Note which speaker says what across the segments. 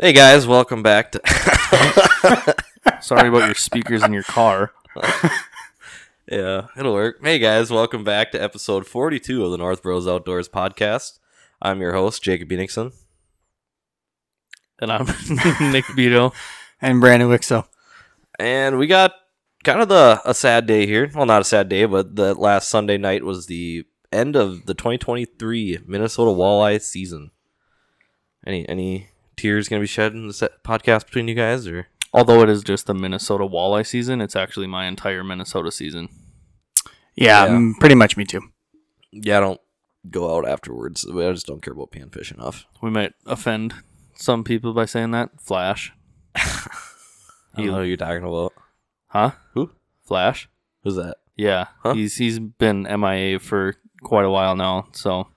Speaker 1: Hey guys, welcome back to.
Speaker 2: Sorry about your speakers in your car.
Speaker 1: yeah, it'll work. Hey guys, welcome back to episode 42 of the North Bros Outdoors podcast. I'm your host, Jacob Enixon.
Speaker 2: And I'm Nick Beto.
Speaker 3: And Brandon Wixo.
Speaker 1: And we got kind of the a sad day here. Well, not a sad day, but the last Sunday night was the end of the 2023 Minnesota walleye season. Any any tears going to be shed in this podcast between you guys or
Speaker 2: Although it is just the Minnesota walleye season, it's actually my entire Minnesota season.
Speaker 3: Yeah,
Speaker 1: Yeah.
Speaker 3: mm, pretty much me too.
Speaker 1: Yeah, I don't go out afterwards. I just don't care about panfish enough.
Speaker 2: We might offend some people by saying that. Flash.
Speaker 1: I don't know who you're talking about.
Speaker 2: Huh?
Speaker 1: Who?
Speaker 2: Flash.
Speaker 1: Who's that?
Speaker 2: Yeah.
Speaker 1: Huh?
Speaker 2: He's he's been MIA for quite a while now, so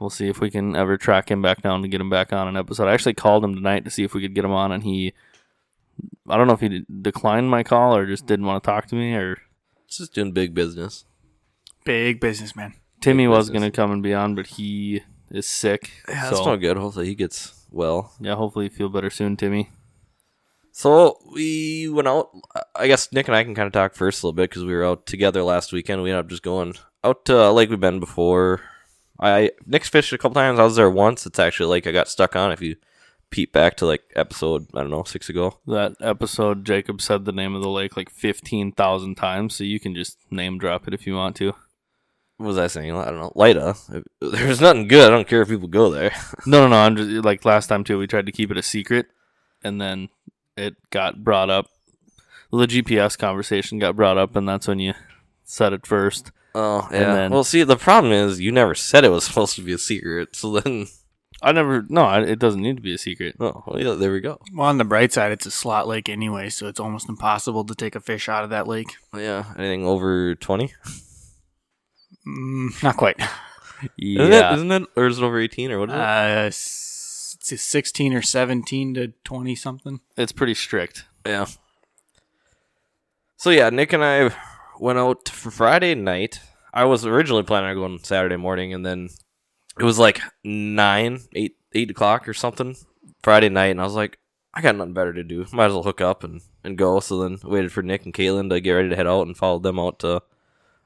Speaker 2: we'll see if we can ever track him back down to get him back on an episode. I actually called him tonight to see if we could get him on and he I don't know if he de- declined my call or just didn't want to talk to me or
Speaker 1: It's just doing big business.
Speaker 3: Big businessman.
Speaker 2: Timmy was
Speaker 1: business.
Speaker 2: going to come and be on, but he is sick.
Speaker 1: Yeah,
Speaker 2: so,
Speaker 1: that's not good. Hopefully he gets well.
Speaker 2: yeah, hopefully you feel better soon, Timmy.
Speaker 1: So we went out. I guess Nick and I can kind of talk first a little bit because we were out together last weekend. We ended up just going out to a lake we've been before. I Nick's fished a couple times. I was there once. It's actually a lake I got stuck on. If you peep back to like episode, I don't know, six ago.
Speaker 2: That episode, Jacob said the name of the lake like 15,000 times, so you can just name drop it if you want to.
Speaker 1: What was I saying? I don't know. Lida. There's nothing good. I don't care if people go there.
Speaker 2: No, no, no. I'm just like last time too. We tried to keep it a secret, and then it got brought up. The GPS conversation got brought up, and that's when you said it first.
Speaker 1: Oh yeah.
Speaker 2: And then-
Speaker 1: well, see, the problem is you never said it was supposed to be a secret. So then,
Speaker 2: I never. No, I, it doesn't need to be a secret.
Speaker 1: oh well, yeah, there we go.
Speaker 3: Well, on the bright side, it's a slot lake anyway, so it's almost impossible to take a fish out of that lake.
Speaker 1: Yeah. Anything over twenty?
Speaker 3: Mm, not quite.
Speaker 1: Isn't it?
Speaker 2: Yeah,
Speaker 1: Isn't it? Or is it over eighteen? Or what is it?
Speaker 3: Uh, s- it's 16 or 17 to 20 something.
Speaker 2: it's pretty strict.
Speaker 1: Yeah. So yeah, Nick and I went out for Friday night. I was originally planning on going Saturday morning, and then it was like nine, eight, eight o'clock or something Friday night, and I was like, I got nothing better to do. Might as well hook up and and go. So then I waited for Nick and Caitlin to get ready to head out, and followed them out to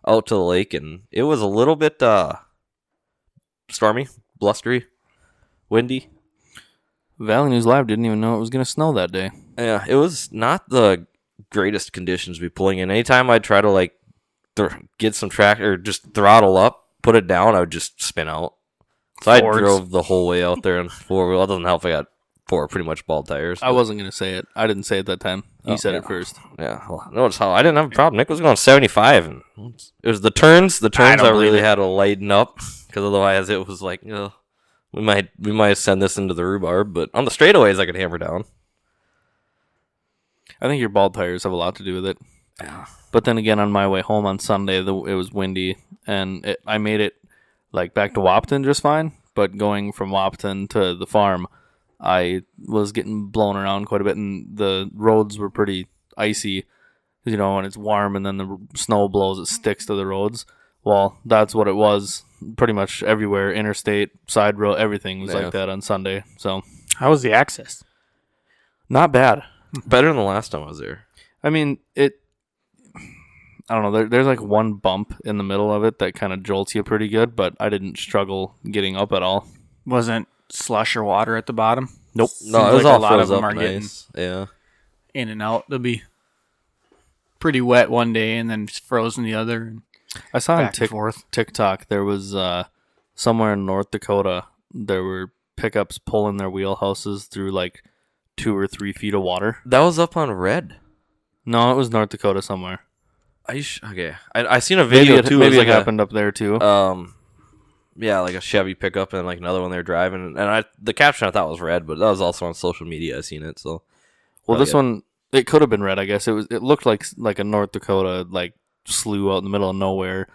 Speaker 1: out to the lake, and it was a little bit uh stormy, blustery, windy.
Speaker 2: Valley News Live didn't even know it was gonna snow that day.
Speaker 1: Yeah, it was not the greatest conditions to be pulling in. Anytime I try to like thr- get some track or just throttle up, put it down, I would just spin out. So I
Speaker 2: Forwards.
Speaker 1: drove the whole way out there on four wheel. It doesn't help. I got four pretty much bald tires.
Speaker 2: I wasn't gonna say it. I didn't say it that time. You
Speaker 1: Oh,
Speaker 2: said
Speaker 1: yeah.
Speaker 2: it first.
Speaker 1: Yeah, well, notice how I didn't have a problem. Nick was going 75, and it was the turns. The turns I,
Speaker 3: don't believe
Speaker 1: really
Speaker 3: it.
Speaker 1: had to lighten up because otherwise it was like, you know, we might we might send this into the rhubarb. But on the straightaways, I could hammer down.
Speaker 2: I think your bald tires have a lot to do with it.
Speaker 1: Yeah.
Speaker 2: But then again, on my way home on Sunday, the, it was windy, and it, I made it like back to Wapton just fine. But going from Wapton to the farm, I was getting blown around quite a bit, and the roads were pretty icy. You know, and it's warm, and then the r- snow blows; it sticks to the roads. Well, that's what it was. Pretty much everywhere, interstate, side road, everything was
Speaker 1: Yeah.
Speaker 2: like that on Sunday. So
Speaker 3: How was the access?
Speaker 2: not bad.
Speaker 1: Better than the last time I was there.
Speaker 2: I mean, it. I don't know. There, there's like one bump in the middle of it that kind of jolts you pretty good, but I didn't struggle getting up at all.
Speaker 3: Wasn't slush or water at the bottom?
Speaker 2: Nope.
Speaker 1: No,
Speaker 3: Seems
Speaker 1: it was
Speaker 3: like
Speaker 1: all
Speaker 3: a lot of
Speaker 1: froze
Speaker 3: them
Speaker 1: up
Speaker 3: are getting-
Speaker 1: nice. Yeah.
Speaker 3: In and out. They'll be pretty wet one day and then frozen the other. And
Speaker 2: I saw on
Speaker 3: Back and
Speaker 2: Tik-
Speaker 3: forth.
Speaker 2: TikTok there was uh, somewhere in North Dakota there were pickups pulling their wheelhouses through like two or three feet of water.
Speaker 1: That was up on red.
Speaker 2: No, it was North Dakota somewhere.
Speaker 1: I sh- okay. I I seen a
Speaker 2: Maybe
Speaker 1: video
Speaker 2: it,
Speaker 1: too.
Speaker 2: maybe
Speaker 1: it
Speaker 2: it
Speaker 1: was like
Speaker 2: happened up there too.
Speaker 1: a, um, yeah, like a Chevy pickup and like another one they were driving. And I the caption I thought was red, but that was also on social media. I seen it. So
Speaker 2: Well,
Speaker 1: Oh,
Speaker 2: this
Speaker 1: yeah.
Speaker 2: one it could have been red. I guess it was. It looked like like a North Dakota like slew out in the middle of nowhere,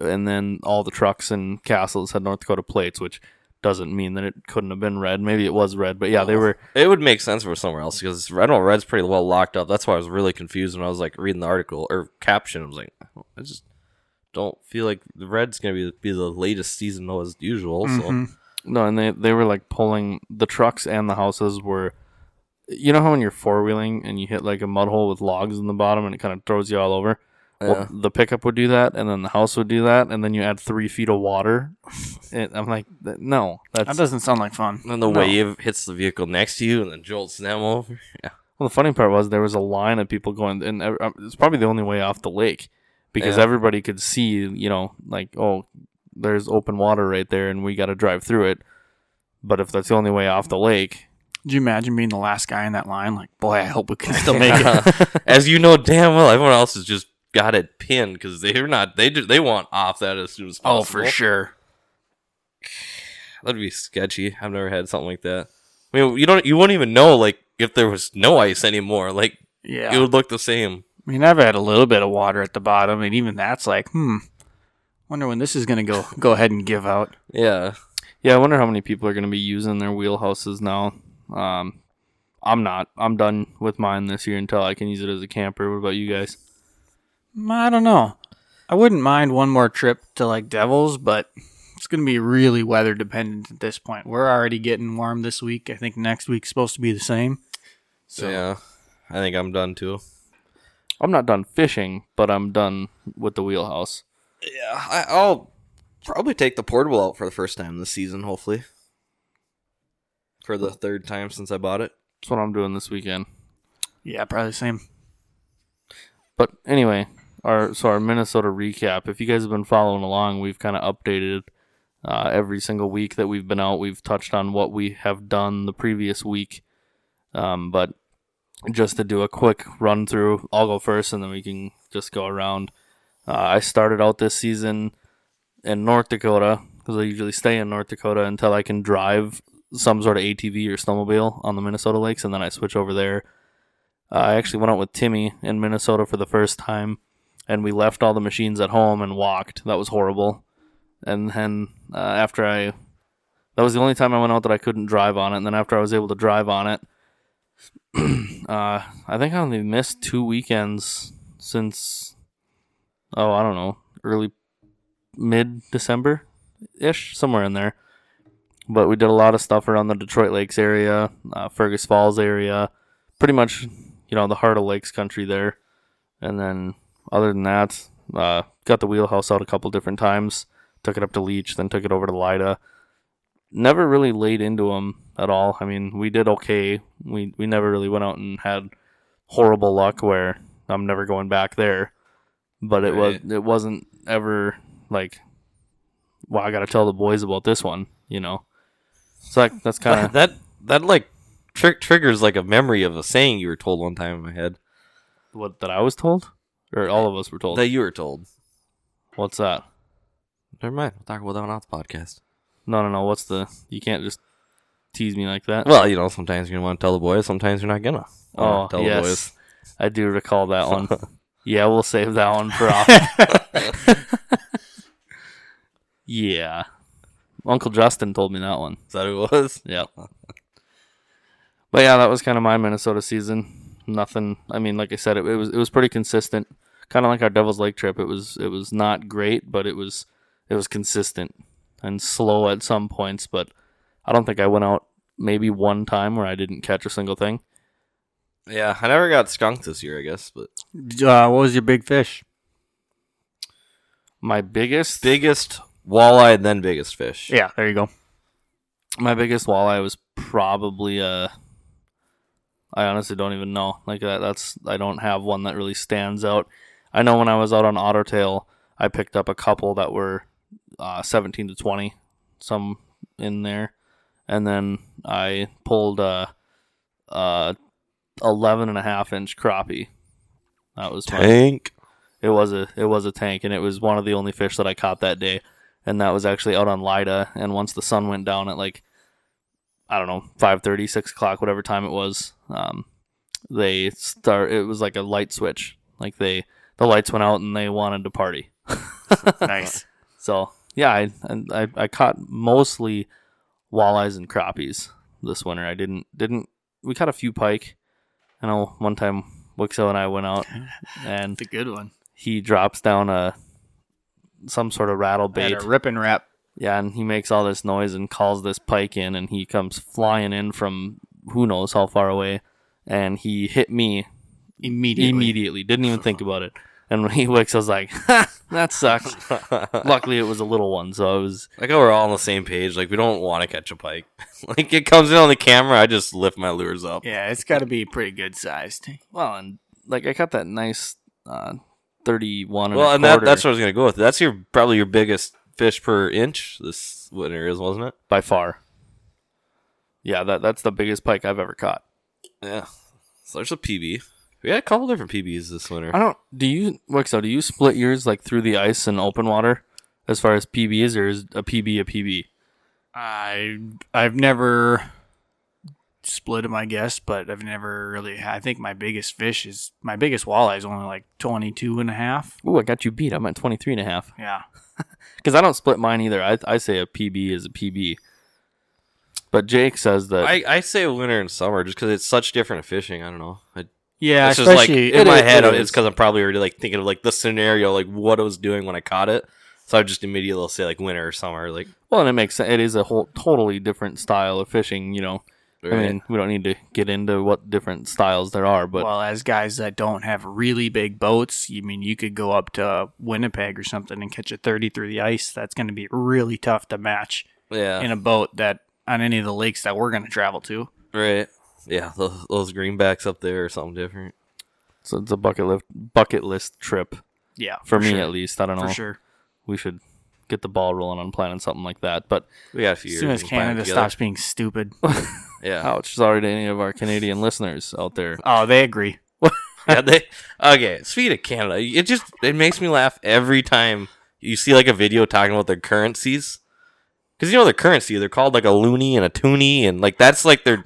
Speaker 2: and then all the trucks and castles had North Dakota plates, which doesn't mean that it couldn't have been red. Maybe it was red, but yeah,
Speaker 1: Oh.
Speaker 2: they were.
Speaker 1: it would make sense for somewhere else because I know red's pretty well locked up. That's why I was really confused when I was like reading the article or caption. I was like, "Oh, I just don't feel like the red's gonna be be the latest season though as usual. So
Speaker 3: Mhm.
Speaker 2: No, and they, they were like pulling the trucks and the houses were you know how when you're four wheeling and you hit like a mud hole with logs in the bottom and it kind of throws you all over?
Speaker 1: Yeah.
Speaker 2: Well, the pickup would do that and then the house would do that and then you add three feet of water. It, I'm like, th- no,
Speaker 3: That
Speaker 2: that's
Speaker 3: doesn't sound like fun.
Speaker 1: And then the
Speaker 2: No.
Speaker 1: wave hits the vehicle next to you and then jolts them over.
Speaker 2: Well, the funny part was there was a line of people going, and ev- um, it's probably the only way off the lake because
Speaker 1: Yeah.
Speaker 2: everybody could see, you know, like, oh, there's open water right there and we got to drive through it. But if that's the only way off the lake,
Speaker 3: Did you imagine being the last guy in that line? Like, boy, I hope we can still make it.
Speaker 1: As you know damn well, everyone else has just got it pinned because they're not. They ju- they want off that as soon as
Speaker 3: Oh,
Speaker 1: possible.
Speaker 3: for sure.
Speaker 1: That'd be sketchy. I've never had something like that. I mean, you don't. You wouldn't even know like if there was no ice anymore. Like
Speaker 3: Yeah.
Speaker 1: it would look the same.
Speaker 3: I mean, I've had a little bit of water at the bottom, and even that's like, hmm. Wonder when this is gonna go. Go ahead and give out.
Speaker 1: Yeah.
Speaker 2: yeah, I wonder how many people are going to be using their wheelhouses now. Um, I'm not. I'm done with mine this year until I can use it as a camper. What about you guys?
Speaker 3: Mm, I don't know. I wouldn't mind one more trip to like Devils, but it's gonna be really weather dependent at this point. We're already getting warm this week. I think next week's supposed to be the same.
Speaker 1: So yeah, I think I'm done too.
Speaker 2: I'm not done fishing, but I'm done with the wheelhouse.
Speaker 1: Yeah, I, I'll probably take the portable out for the first time this season. Hopefully, for the third time since I bought it.
Speaker 2: That's what I'm doing this weekend.
Speaker 3: Yeah, probably the same.
Speaker 2: But anyway, our so our Minnesota recap. If you guys have been following along, we've kind of updated uh, every single week that we've been out. We've touched on what we have done the previous week. Um, but just to do a quick run through, I'll go first, and then we can just go around. Uh, I started out this season in North Dakota because I usually stay in North Dakota until I can drive some sort of ATV or snowmobile on the Minnesota lakes, and then I switch over there. Uh, I actually went out with Timmy in Minnesota for the first time, and we left all the machines at home and walked. That was horrible. And then uh, after I, that was the only time I went out that I couldn't drive on it. And then after I was able to drive on it, uh, I think I only missed two weekends since, oh, I don't know, early, mid December ish, somewhere in there. But we did a lot of stuff around the Detroit Lakes area, uh, Fergus Falls area, pretty much you know the heart of lakes country there and then other than that uh, got the wheelhouse out a couple different times took it up to leech then took it over to lida never really laid into them at all i mean we did okay we we never really went out and had horrible luck where i'm never going back there but it was it wasn't ever like well i gotta tell the boys about this one you know so that, that's kind of
Speaker 1: that that like tri- triggers like a memory of a saying you were told one time in my head
Speaker 2: what that i was told or all of us were told
Speaker 1: that you were told.
Speaker 2: what's that
Speaker 1: Never mind. We'll talk about that one off the podcast.
Speaker 2: No, no, no. What's the? You can't just tease me like that.
Speaker 1: Well, you know, sometimes you're gonna want to tell the boys, sometimes you're not gonna. wanna
Speaker 2: oh, yes, I do recall that one. yeah, we'll save that one for off. yeah, Uncle Justin told me that one.
Speaker 1: Is that who it was?
Speaker 2: Yep. But yeah, that was kind of my Minnesota season. Nothing. I mean, like I said, it, it was it was pretty consistent. Kind of like our Devil's Lake trip. It was it was not great, but it was it was consistent and slow at some points. But I don't think I went out maybe one time where I didn't catch a single thing.
Speaker 1: Yeah, I never got skunked this year, I guess. But
Speaker 3: Uh, what was your big fish?
Speaker 2: My biggest
Speaker 1: biggest walleye, and then biggest fish.
Speaker 3: Yeah, there you go.
Speaker 2: my biggest walleye was probably uh I honestly don't even know. Like that that's I don't have one that really stands out. I know when I was out on Ottertail, I picked up a couple that were uh, 17 to 20, some in there. And then I pulled a, uh 11 and a half inch crappie. That was my
Speaker 1: Tank.
Speaker 2: it was a it was a tank, and it was one of the only fish that I caught that day, and that was actually out on Lida. And once the sun went down at like I don't know 5:30, 6 o'clock, whatever time it was, um, they start. It was like a light switch. Like they the lights went out and they wanted to party.
Speaker 3: Nice.
Speaker 2: So yeah, I, I I caught mostly walleyes and crappies this winter. I didn't didn't we caught a few pike. I know one time Wixo and I went out and
Speaker 3: a good one.
Speaker 2: he drops down a some sort of rattle
Speaker 3: Bait.
Speaker 2: bait.
Speaker 3: Had a rip and wrap
Speaker 2: Yeah, and he makes all this noise and calls this pike in, and he comes flying in from who knows how far away, and he hit me
Speaker 3: Immediately.
Speaker 2: immediately. Didn't even think about it. And when he wakes, I was like, ha, "That sucks." Luckily, it was a little one, so I was
Speaker 1: Like how oh, we're all on the same page. Like we don't want to catch a pike. like it comes in on the camera, I just lift my lures up.
Speaker 3: Yeah, it's got to be pretty good sized.
Speaker 2: well, and like I got that nice uh, thirty-one.
Speaker 1: well, and
Speaker 2: a
Speaker 1: that,
Speaker 2: quarter
Speaker 1: that's what I was gonna go with. That's your probably your biggest fish per inch this winter is, wasn't it?
Speaker 2: by far. Yeah, that that's the biggest pike I've ever caught.
Speaker 1: Yeah. So there's a PB. We had a couple different PBs this winter.
Speaker 2: I don't. Do you, Wixo? Do you split yours like through the ice and open water, as far as PBs, or is a PB a PB?
Speaker 3: I I've never split them, I guess, but I've never really. I think my biggest fish is my biggest walleye is only like 22 and a half.
Speaker 2: Ooh, I got you beat. I'm at 23 and a half.
Speaker 3: Yeah,
Speaker 2: Because I don't split mine either. I, I say a PB is a PB. But Jake says that
Speaker 1: I, I say winter and summer just because it's such different fishing. I don't know. I,
Speaker 3: yeah.
Speaker 1: it's just like
Speaker 3: especially-
Speaker 1: in
Speaker 2: it
Speaker 1: my
Speaker 2: is-
Speaker 1: head,
Speaker 2: it
Speaker 1: it's
Speaker 2: is.
Speaker 1: because I'm probably already like thinking of like the scenario, like what I was doing when I caught it. So I just immediately say like winter or summer, like
Speaker 2: well, and it makes sense. It is a whole totally different style of fishing. You know, I mean, we don't need to get into what different styles there are, but
Speaker 3: well, as guys that don't have really big boats, you mean you could go up to Winnipeg or something and catch a 30 through the ice. That's going to be really tough to match
Speaker 1: yeah,
Speaker 3: in a boat that on any of the lakes that we're going to travel to.
Speaker 1: right, yeah, those, those greenbacks up there or something different.
Speaker 2: so it's a bucket list bucket list trip
Speaker 3: Yeah,
Speaker 2: for, me
Speaker 3: sure.
Speaker 2: at least. I don't know.
Speaker 3: for sure.
Speaker 2: We should get the ball rolling on planning something like that. But
Speaker 1: We got a few
Speaker 3: As
Speaker 1: years.
Speaker 3: soon as
Speaker 1: we can plan
Speaker 3: Canada
Speaker 1: together.
Speaker 3: stops being stupid,
Speaker 1: yeah,
Speaker 2: ouch, sorry to any of our Canadian listeners out there.
Speaker 3: oh, they agree.
Speaker 1: yeah they, okay. Speaking of Canada, it just it makes me laugh every time you see like a video talking about their currencies, because you know their currency, they're called like a loony and a toonie, and like that's like their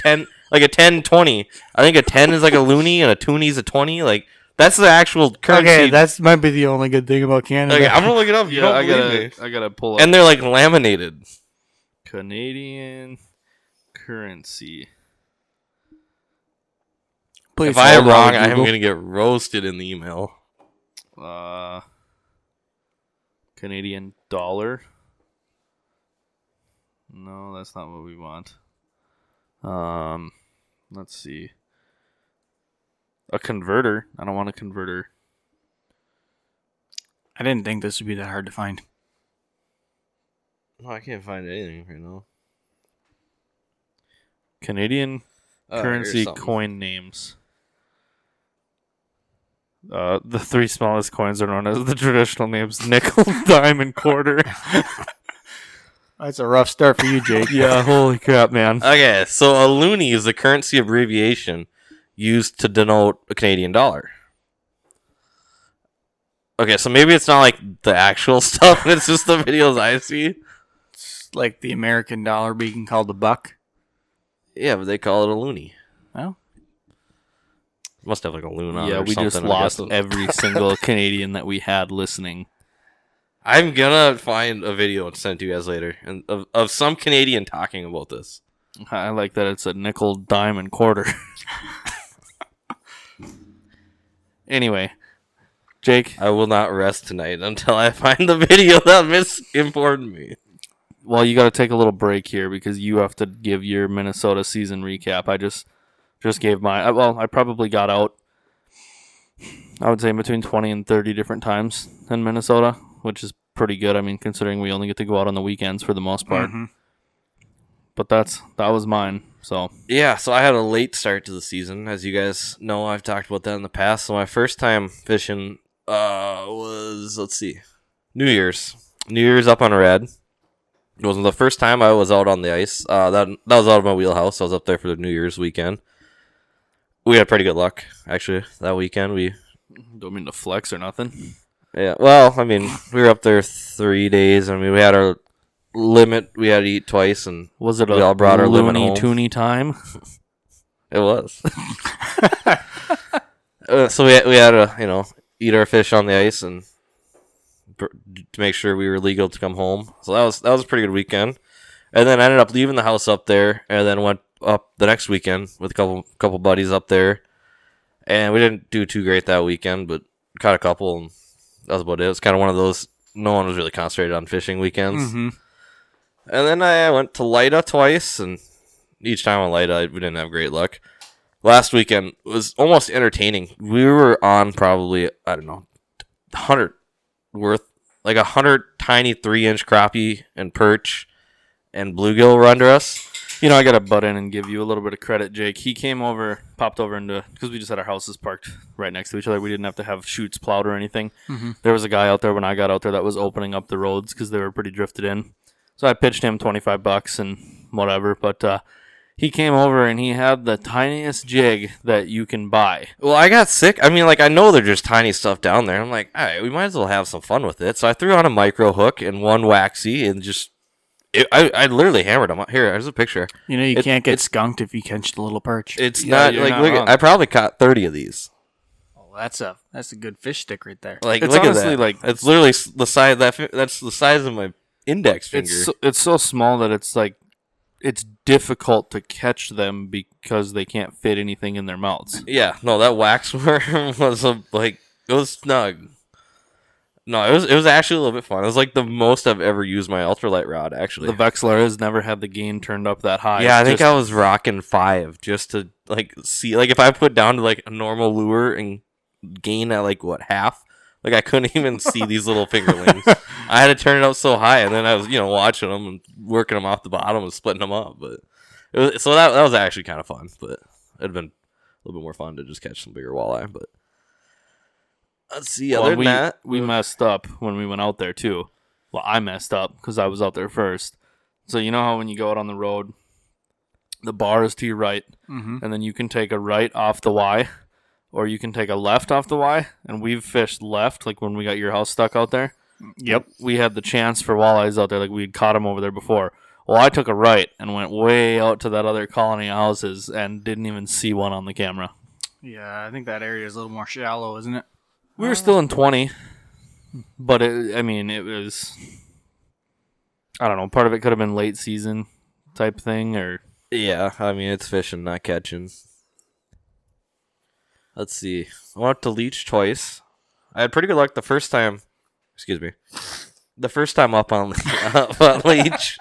Speaker 1: ten, like a 10, 20. I think a ten is like a loony and a toonie is a twenty. Like that's the actual currency.
Speaker 3: Okay, that's might be the only good thing about Canada.
Speaker 1: Okay, I'm gonna look it up. You don't
Speaker 2: I
Speaker 1: believe
Speaker 2: gotta
Speaker 1: me.
Speaker 2: I gotta pull up
Speaker 1: And they're like laminated.
Speaker 2: Canadian currency.
Speaker 3: Please
Speaker 1: if I am
Speaker 3: hold
Speaker 1: wrong,
Speaker 3: on,
Speaker 1: I am
Speaker 3: Google.
Speaker 1: gonna get roasted in the email.
Speaker 2: Uh, Canadian dollar. No, that's not what we want. Um, let's see. A converter. I don't want a converter.
Speaker 3: I didn't think this would be that hard to find.
Speaker 1: Oh, I can't find anything right now.
Speaker 2: Canadian
Speaker 1: Uh,
Speaker 2: currency
Speaker 1: here's something.
Speaker 2: coin names. Uh, the three smallest coins are known as the traditional names: nickel, dime, and quarter.
Speaker 3: That's a rough start for you, Jake.
Speaker 2: yeah, holy crap, man!
Speaker 1: Okay, so a loonie is the currency abbreviation used to denote a Canadian dollar. Okay, so maybe it's not like the actual stuff, it's just the videos I see.
Speaker 3: It's like the American dollar being called the buck.
Speaker 1: Yeah, but they call it a loonie.
Speaker 3: Well,
Speaker 1: Must have like a loon on it.
Speaker 2: yeah,
Speaker 1: or
Speaker 2: we just
Speaker 1: something, I
Speaker 2: lost
Speaker 1: guess.
Speaker 2: every single Canadian that we had listening.
Speaker 1: I'm gonna find a video and send it to you guys later, and of, of some Canadian talking about this.
Speaker 2: I like that it's a nickel, dime, and quarter. anyway, Jake,
Speaker 1: I will not rest tonight until I find the video that misinformed me.
Speaker 2: well, you got to take a little break here because you have to give your Minnesota season recap. I just just gave my I- well, I probably got out. I would say between twenty and thirty different times in Minnesota, which is pretty good. I mean, considering we only get to go out on the weekends for the most part.
Speaker 3: mhm.
Speaker 2: But that's that was mine. So
Speaker 1: Yeah, so I had a late start to the season, as you guys know. I've talked about that in the past. So my first time fishing uh, was let's see, New Year's. New Year's up on red. It wasn't the first time I was out on the ice. Uh, that that was out of my wheelhouse. I was up there for the New Year's weekend. We had pretty good luck actually that weekend. We
Speaker 2: don't mean to flex or nothing.
Speaker 1: yeah, well, I mean, we were up there three days. I mean, we had our limit. We had to eat twice, and
Speaker 2: Was it
Speaker 1: We
Speaker 2: a
Speaker 1: all brought our lemon
Speaker 2: loony
Speaker 1: home.
Speaker 2: toony time?
Speaker 1: It was. Uh, so we we had to you know eat our fish on the ice and pr- to make sure we were legal to come home. So that was that was a pretty good weekend. And then I ended up leaving the house up there, and then went up the next weekend with a couple couple buddies up there. And we didn't do too great that weekend, but caught a couple, and that was about it. It's kind of one of those no one was really concentrated on fishing weekends.
Speaker 3: hmm
Speaker 1: And then I went to Lida twice, and each time on Lida, we didn't have great luck. Last weekend was almost entertaining. We were on probably I don't know, hundred worth like a hundred tiny three inch crappie and perch and bluegill were under us.
Speaker 2: You know, I got to butt in and give you a little bit of credit, Jake. He came over, popped over into because we just had our houses parked right next to each other. We didn't have to have chutes plowed or anything.
Speaker 1: Mm-hmm.
Speaker 3: Mhm.
Speaker 2: There was a guy out there when I got out there that was opening up the roads because they were pretty drifted in. So I pitched him twenty five bucks and whatever, but uh, he came over and he had the tiniest jig that you can buy.
Speaker 1: Well, I got sick. I mean, like I know they're just tiny stuff down there. I'm like, all right, we might as well have some fun with it. So I threw on a micro hook and one waxy and just. It, I, I literally hammered them. Here, here's a picture.
Speaker 3: You know, you
Speaker 1: It-
Speaker 3: can't get skunked if you catch the little perch.
Speaker 1: It's
Speaker 2: Yeah,
Speaker 1: not
Speaker 2: you're
Speaker 1: like
Speaker 2: not
Speaker 1: look.
Speaker 2: wrong.
Speaker 1: At, I probably caught thirty of these.
Speaker 3: oh, that's a that's a good fish stick right there.
Speaker 1: Like
Speaker 2: It's
Speaker 1: look
Speaker 2: honestly,
Speaker 1: at that.
Speaker 2: like-
Speaker 1: it's literally s- the size that fi- that's the size of my index finger.
Speaker 2: It's so, it's so small that it's like it's difficult to catch them because they can't fit anything in their mouths.
Speaker 1: yeah, no, that wax worm was a, like it was snug. No, it was it was actually a little bit fun. It was like the most I've ever used my ultralight rod actually.
Speaker 2: The Vexler has never had the gain turned up that high.
Speaker 1: yeah, I
Speaker 2: It's
Speaker 1: think
Speaker 2: just-
Speaker 1: I was rocking five just to like see like if I put down to like a normal lure and gain at like what half. Like I couldn't even see these little fingerlings. I had to turn it up so high, and then I was you know watching them and working them off the bottom and splitting them up. But it was, so that that was actually kind of fun. But it'd been a little bit more fun to just catch some bigger walleye. But let's see.
Speaker 2: well,
Speaker 1: other than
Speaker 2: we,
Speaker 1: that,
Speaker 2: we messed up when we went out there too. Well, I messed up because I was out there first. So you know how when you go out on the road, the bar is to your right,
Speaker 3: hmm
Speaker 2: and then you can take a right off the Y, or you can take a left off the Y. And we've fished left, like when we got your house stuck out there.
Speaker 3: Yep.
Speaker 2: we had the chance for walleyes out there, like we'd caught them over there before. Well, I took a right and went way out to that other colony of houses and didn't even see one on the camera.
Speaker 3: Yeah, I think that area is a little more shallow, isn't it?
Speaker 2: We were
Speaker 1: Oh.
Speaker 2: still in 20, but it, I mean, it was, I don't know, part of it could have been late season type thing or
Speaker 1: Yeah, I mean it's fishing, not catching. Let's see. I went to Leech twice. I had pretty good luck the first time. Excuse me. The first time up on up on Leech.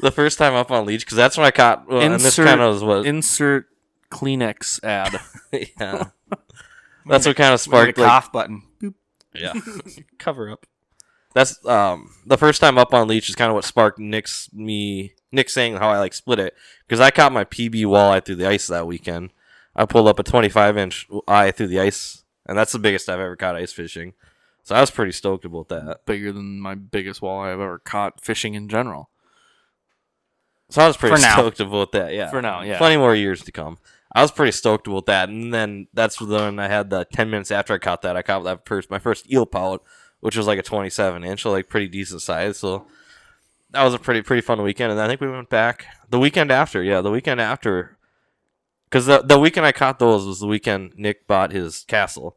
Speaker 1: the first time up on Leech because that's when I caught. Well, and this
Speaker 2: Insert-
Speaker 1: kind of was what.
Speaker 2: insert Kleenex ad.
Speaker 1: yeah. That's what kind of
Speaker 3: Or the
Speaker 1: sparked like,
Speaker 3: cough button. Boop.
Speaker 1: yeah cover up. That's um the first time up on Leech is kind of what sparked Nick's me Nick saying how I like split it because I caught my PB walleye through the ice that weekend. I pulled up a 25 inch eye through the ice, and that's the biggest I've ever caught ice fishing. So I was pretty stoked about that.
Speaker 2: Bigger than my biggest walleye I've ever caught fishing in general.
Speaker 1: So I was pretty
Speaker 3: For now.
Speaker 1: stoked about that. Yeah,
Speaker 2: For now, yeah.
Speaker 1: plenty more years to come. I was pretty stoked about that, and then that's when I had the 10 minutes after I caught that, I caught that first my first eel pout, which was like a 27 inch, so like pretty decent size. So that was a pretty pretty fun weekend, and I think we went back the weekend after. Yeah, the weekend after, because the the weekend I caught those was the weekend Nick bought his castle,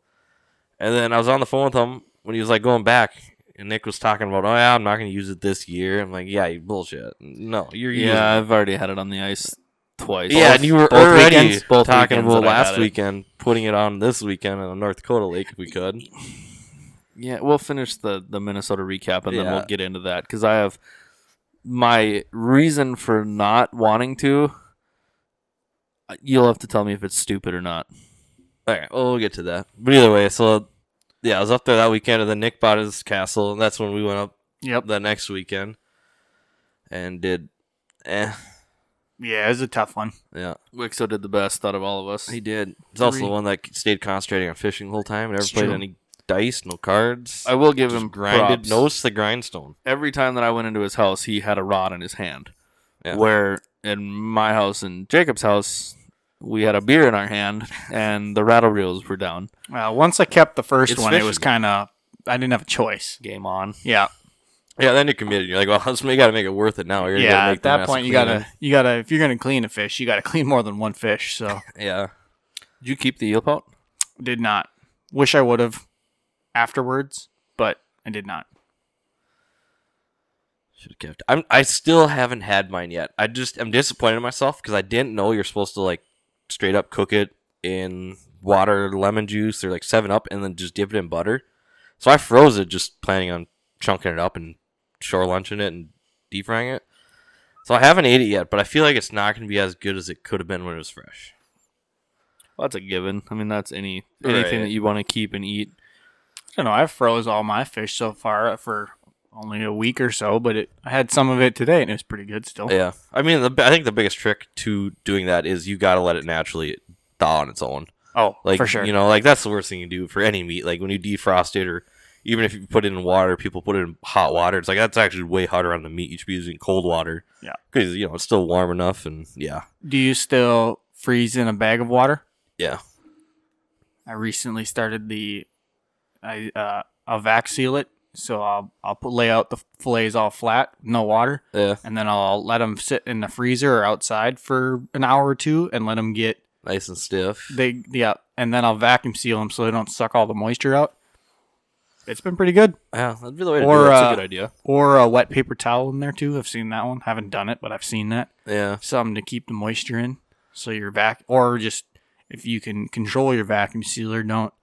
Speaker 1: and then I was on the phone with him when he was like going back. And Nick was talking about, oh yeah, I'm not going to use it this year. I'm like, yeah, you bullshit. No, you're using
Speaker 2: Yeah, I've already had it on the ice twice.
Speaker 1: yeah, and you were already talking
Speaker 2: weekends
Speaker 1: about
Speaker 2: that I had
Speaker 1: last
Speaker 2: it.
Speaker 1: weekend, putting it on this weekend in a North Dakota lake if we could.
Speaker 2: Yeah, we'll finish the the Minnesota recap and then
Speaker 1: Yeah.
Speaker 2: we'll get into that because I have my reason for not wanting to. uh, You'll have to tell me if it's stupid or not.
Speaker 1: All right, well, we'll get to that. But either way, so yeah, I was up there that weekend, and then Nick bought his castle, and that's when we went up
Speaker 3: Yep.
Speaker 1: the next weekend and did. Eh,
Speaker 3: Yeah, it was a tough one.
Speaker 1: yeah,
Speaker 2: Wixo did the best out of all of us.
Speaker 1: he did. He's also
Speaker 3: Three.
Speaker 1: the one that stayed concentrating on fishing the whole time. Never
Speaker 3: It's
Speaker 1: played
Speaker 3: true.
Speaker 1: any dice, no cards.
Speaker 2: I will give
Speaker 1: just
Speaker 2: him
Speaker 1: grinded.
Speaker 2: props.
Speaker 1: Nose to the grindstone.
Speaker 2: Every time that I went into his house, he had a rod in his hand.
Speaker 1: Yeah.
Speaker 2: Where in my house and Jacob's house, we had a beer in our hand and the rattle reels were down.
Speaker 3: Uh, once I kept the first
Speaker 1: It's
Speaker 3: one, it was
Speaker 1: fishing.
Speaker 3: kind of I didn't have a choice.
Speaker 2: Game on.
Speaker 3: Yeah,
Speaker 1: Yeah, then you're committed. You're like, well, let's we got to make it worth it now. You're gonna go
Speaker 3: yeah.
Speaker 1: make
Speaker 3: At
Speaker 1: the
Speaker 3: that
Speaker 1: mess
Speaker 3: point, you
Speaker 1: clean.
Speaker 3: gotta you gotta if you're gonna clean a fish, you gotta clean more than one fish. So
Speaker 1: yeah.
Speaker 2: Did you keep the eel pout?
Speaker 3: did not. Wish I would have afterwards, but I did not.
Speaker 1: Should have kept. I'm. I still haven't had mine yet. I just. I'm disappointed in myself because I didn't know you're supposed to like straight up cook it in water, lemon juice, or like Seven Up, and then just dip it in butter. So I froze it, just planning on chunking it up and shore lunching it and deep frying it. So I haven't ate it yet, but I feel like it's not going to be as good as it could have been when it was fresh.
Speaker 2: Well, that's a given. I mean, that's any anything
Speaker 1: Right.
Speaker 2: that you want to keep and eat.
Speaker 3: I don't know. I froze all my fish so far for only a week or so, but it, I had some of it today and it was pretty good still.
Speaker 1: Yeah, I mean, the, I think the biggest trick to doing that is you got to let it naturally thaw on its own.
Speaker 3: Oh,
Speaker 1: Like
Speaker 3: for sure.
Speaker 1: you know, like that's the worst thing you do for any meat. Like when you defrost it, or even if you put it in water, people put it in hot water. It's like that's actually way harder on the meat. You should be using cold water.
Speaker 3: Yeah.
Speaker 1: because you know it's still warm enough, and yeah,
Speaker 3: Do you still freeze in a bag of water?
Speaker 1: yeah.
Speaker 3: I recently started the, I uh, I'll vac seal it, so I'll I'll put, lay out the fillets all flat, no water,
Speaker 1: Yeah,
Speaker 3: and then I'll let them sit in the freezer or outside for an hour or two, and let them get
Speaker 1: nice and stiff.
Speaker 3: they yeah, and then I'll vacuum seal them so they don't suck all the moisture out. It's been pretty good.
Speaker 1: Yeah, that'd be the way to do
Speaker 3: Or,
Speaker 1: it. That's
Speaker 3: uh,
Speaker 1: a good idea.
Speaker 3: Or a wet paper towel in there too. I've seen that one. Haven't done it, but I've seen that.
Speaker 1: Yeah,
Speaker 3: something to keep the moisture in. So your vac, or just if you can control your vacuum sealer, don't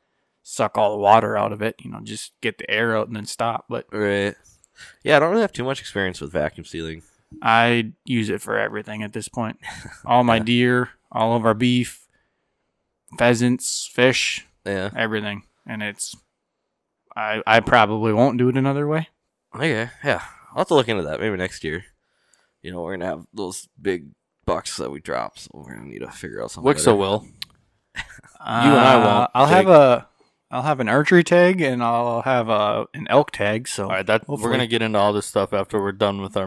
Speaker 3: suck all the water out of it. You know, just get the air out and then stop. But
Speaker 1: right. Yeah, I don't really have too much experience with vacuum sealing.
Speaker 3: I use it for everything at this point. All my deer, all of our beef, pheasants, fish,
Speaker 1: Yeah.
Speaker 3: everything, and it's. I I probably won't do it another way.
Speaker 1: Okay. Yeah, I'll have to look into that. Maybe next year. You know, we're gonna have those big bucks that we drop, so we're gonna need to figure out something.
Speaker 2: Wixo
Speaker 1: better.
Speaker 2: will.
Speaker 3: You
Speaker 2: and I won't,
Speaker 3: Uh, I'll have
Speaker 2: Jake.
Speaker 3: a. I'll have an archery tag and I'll have a an elk tag. So
Speaker 2: All right, that
Speaker 3: Hopefully.
Speaker 2: we're gonna get into all this stuff after we're done with our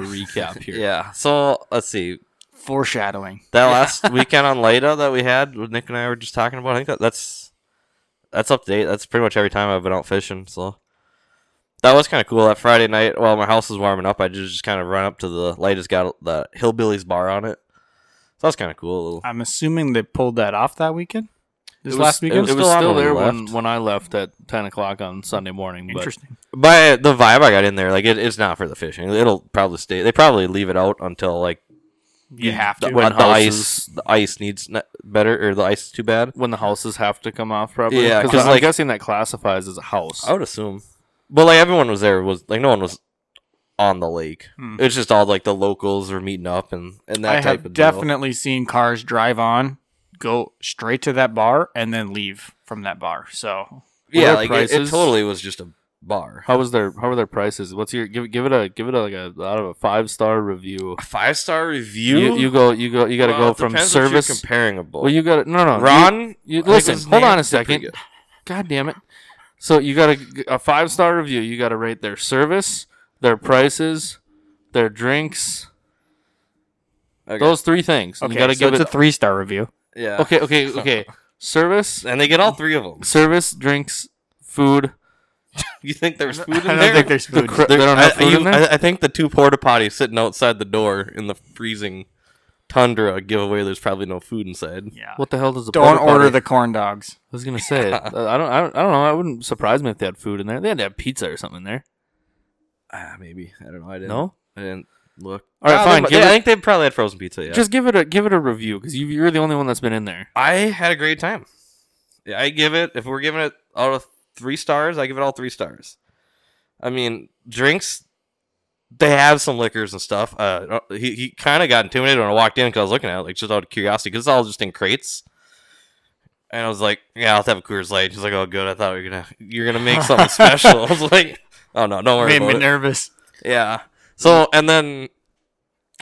Speaker 2: recap here.
Speaker 1: Yeah. So let's see.
Speaker 3: foreshadowing.
Speaker 1: That last weekend on Leda that we had, with Nick and I were just talking about. I think that, that's that's up to date. That's pretty much every time I've been out fishing. So that was kind of cool. That Friday night, while my house was warming up, I just, just kind of run up to the Leda's got the Hillbillies bar on it. So that's kind of cool. a little-
Speaker 3: I'm assuming they pulled that off that weekend. This
Speaker 2: It was-
Speaker 3: last
Speaker 2: It
Speaker 3: weekend.
Speaker 2: was,
Speaker 1: still on
Speaker 2: still
Speaker 1: when we
Speaker 2: there when,
Speaker 1: left.
Speaker 2: when I left at ten o'clock on Sunday morning. But
Speaker 3: Interesting.
Speaker 1: By the vibe I got in there, like it, it's not for the fishing. It'll probably stay. They probably leave it out until like
Speaker 3: You have
Speaker 1: the,
Speaker 3: to.
Speaker 2: when
Speaker 1: the ice
Speaker 2: houses-
Speaker 1: the ice needs n- better or the ice is too bad.
Speaker 2: when the houses have to come off, probably.
Speaker 1: Yeah, 'cause
Speaker 2: because I'm
Speaker 1: like- Oh.
Speaker 2: guessing that classifies as a house.
Speaker 1: I would assume. But like everyone was there was like no one was on the lake.
Speaker 3: Hmm.
Speaker 1: It's just all like the locals are meeting up and and that
Speaker 3: I
Speaker 1: type
Speaker 3: have
Speaker 1: of deal.
Speaker 3: definitely seen cars drive on, go straight to that bar, and then leave from that bar. So
Speaker 1: yeah,
Speaker 2: their
Speaker 1: like it- it,
Speaker 2: prices?
Speaker 1: totally was just a bar.
Speaker 2: How was their How were their prices? What's your give? it- Give it a give it a, like a out of a five star review.
Speaker 1: Five star review.
Speaker 2: You, you go you go you got to go from service.
Speaker 1: comparing a boat.
Speaker 2: Well, you got to no no
Speaker 1: Ron,
Speaker 2: You, you
Speaker 1: I think
Speaker 2: listen.
Speaker 1: his
Speaker 2: Hold
Speaker 1: name-
Speaker 2: on a
Speaker 1: they're pretty
Speaker 2: second.
Speaker 1: good.
Speaker 2: God damn it! So you got a, a five star review. You got to rate their service, their prices, their drinks.
Speaker 1: Okay.
Speaker 2: Those three things. And
Speaker 3: okay,
Speaker 2: you got to
Speaker 3: so
Speaker 2: give
Speaker 3: it's
Speaker 2: it.
Speaker 3: a three star review.
Speaker 1: yeah.
Speaker 2: okay, okay, okay. service,
Speaker 1: And they get all three of them.
Speaker 2: service, drinks, food.
Speaker 1: You think there's food in
Speaker 3: I don't
Speaker 1: there?
Speaker 3: think there's
Speaker 2: The
Speaker 3: food.
Speaker 2: cr- they don't have
Speaker 1: I-
Speaker 2: food
Speaker 1: you-
Speaker 2: in there.
Speaker 1: I, I think the two porta potties sitting outside the door in the freezing tundra give away there's probably no food inside.
Speaker 3: yeah.
Speaker 2: what the hell does a
Speaker 3: Don't
Speaker 2: porta potty-
Speaker 3: order the corn dogs.
Speaker 2: I was gonna say. uh, I don't. I don't. I don't know. I wouldn't surprise me if they had food in there. They had to have pizza or something in there.
Speaker 1: Ah, maybe. I don't know. I didn't.
Speaker 2: No.
Speaker 1: I didn't look.
Speaker 2: All right,
Speaker 1: Ah, they
Speaker 2: fine.
Speaker 1: mu-
Speaker 2: Give
Speaker 1: yeah, I
Speaker 2: it,
Speaker 1: think they probably had frozen pizza. Yeah.
Speaker 2: Just give it a give it a review because you, you're the only one that's been in there.
Speaker 1: I had a great time. Yeah, I give it. If we're giving it out of three stars, I give it all three stars. I mean, drinks. They have some liquors and stuff. Uh, he he kind of got intimidated when I walked in because I was looking at it, like just out of curiosity, because it's all just in crates. And I was like, "Yeah, I'll have a Coors Light." She's like, "Oh, good. I thought we were gonna you're gonna make something special." I was like, "Oh no, don't worry
Speaker 3: Made
Speaker 1: about
Speaker 3: me
Speaker 1: it."
Speaker 3: nervous.
Speaker 1: Yeah. So and then,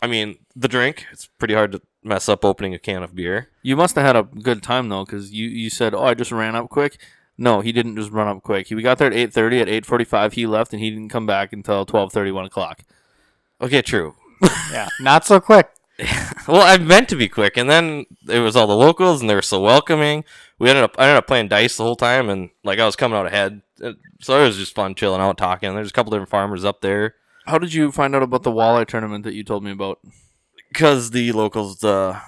Speaker 1: I mean, the drink. It's pretty hard to mess up opening a can of beer.
Speaker 2: You must have had a good time though because you you said, "Oh, I just ran up quick." No, he didn't just run up quick. He we got there at eight thirty. At eight forty five, he left and he didn't come back until 12:30, 1 o'clock.
Speaker 1: Okay, true.
Speaker 3: Yeah, not so quick.
Speaker 1: Well, I meant to be quick, and then it was all the locals, and they were so welcoming. We ended up, I ended up playing dice the whole time, and like I was coming out ahead, Uh, so it was just fun chilling out, talking. There's a couple different farmers up there
Speaker 2: How did you find out about the walleye tournament that you told me about?
Speaker 1: because the locals, uh,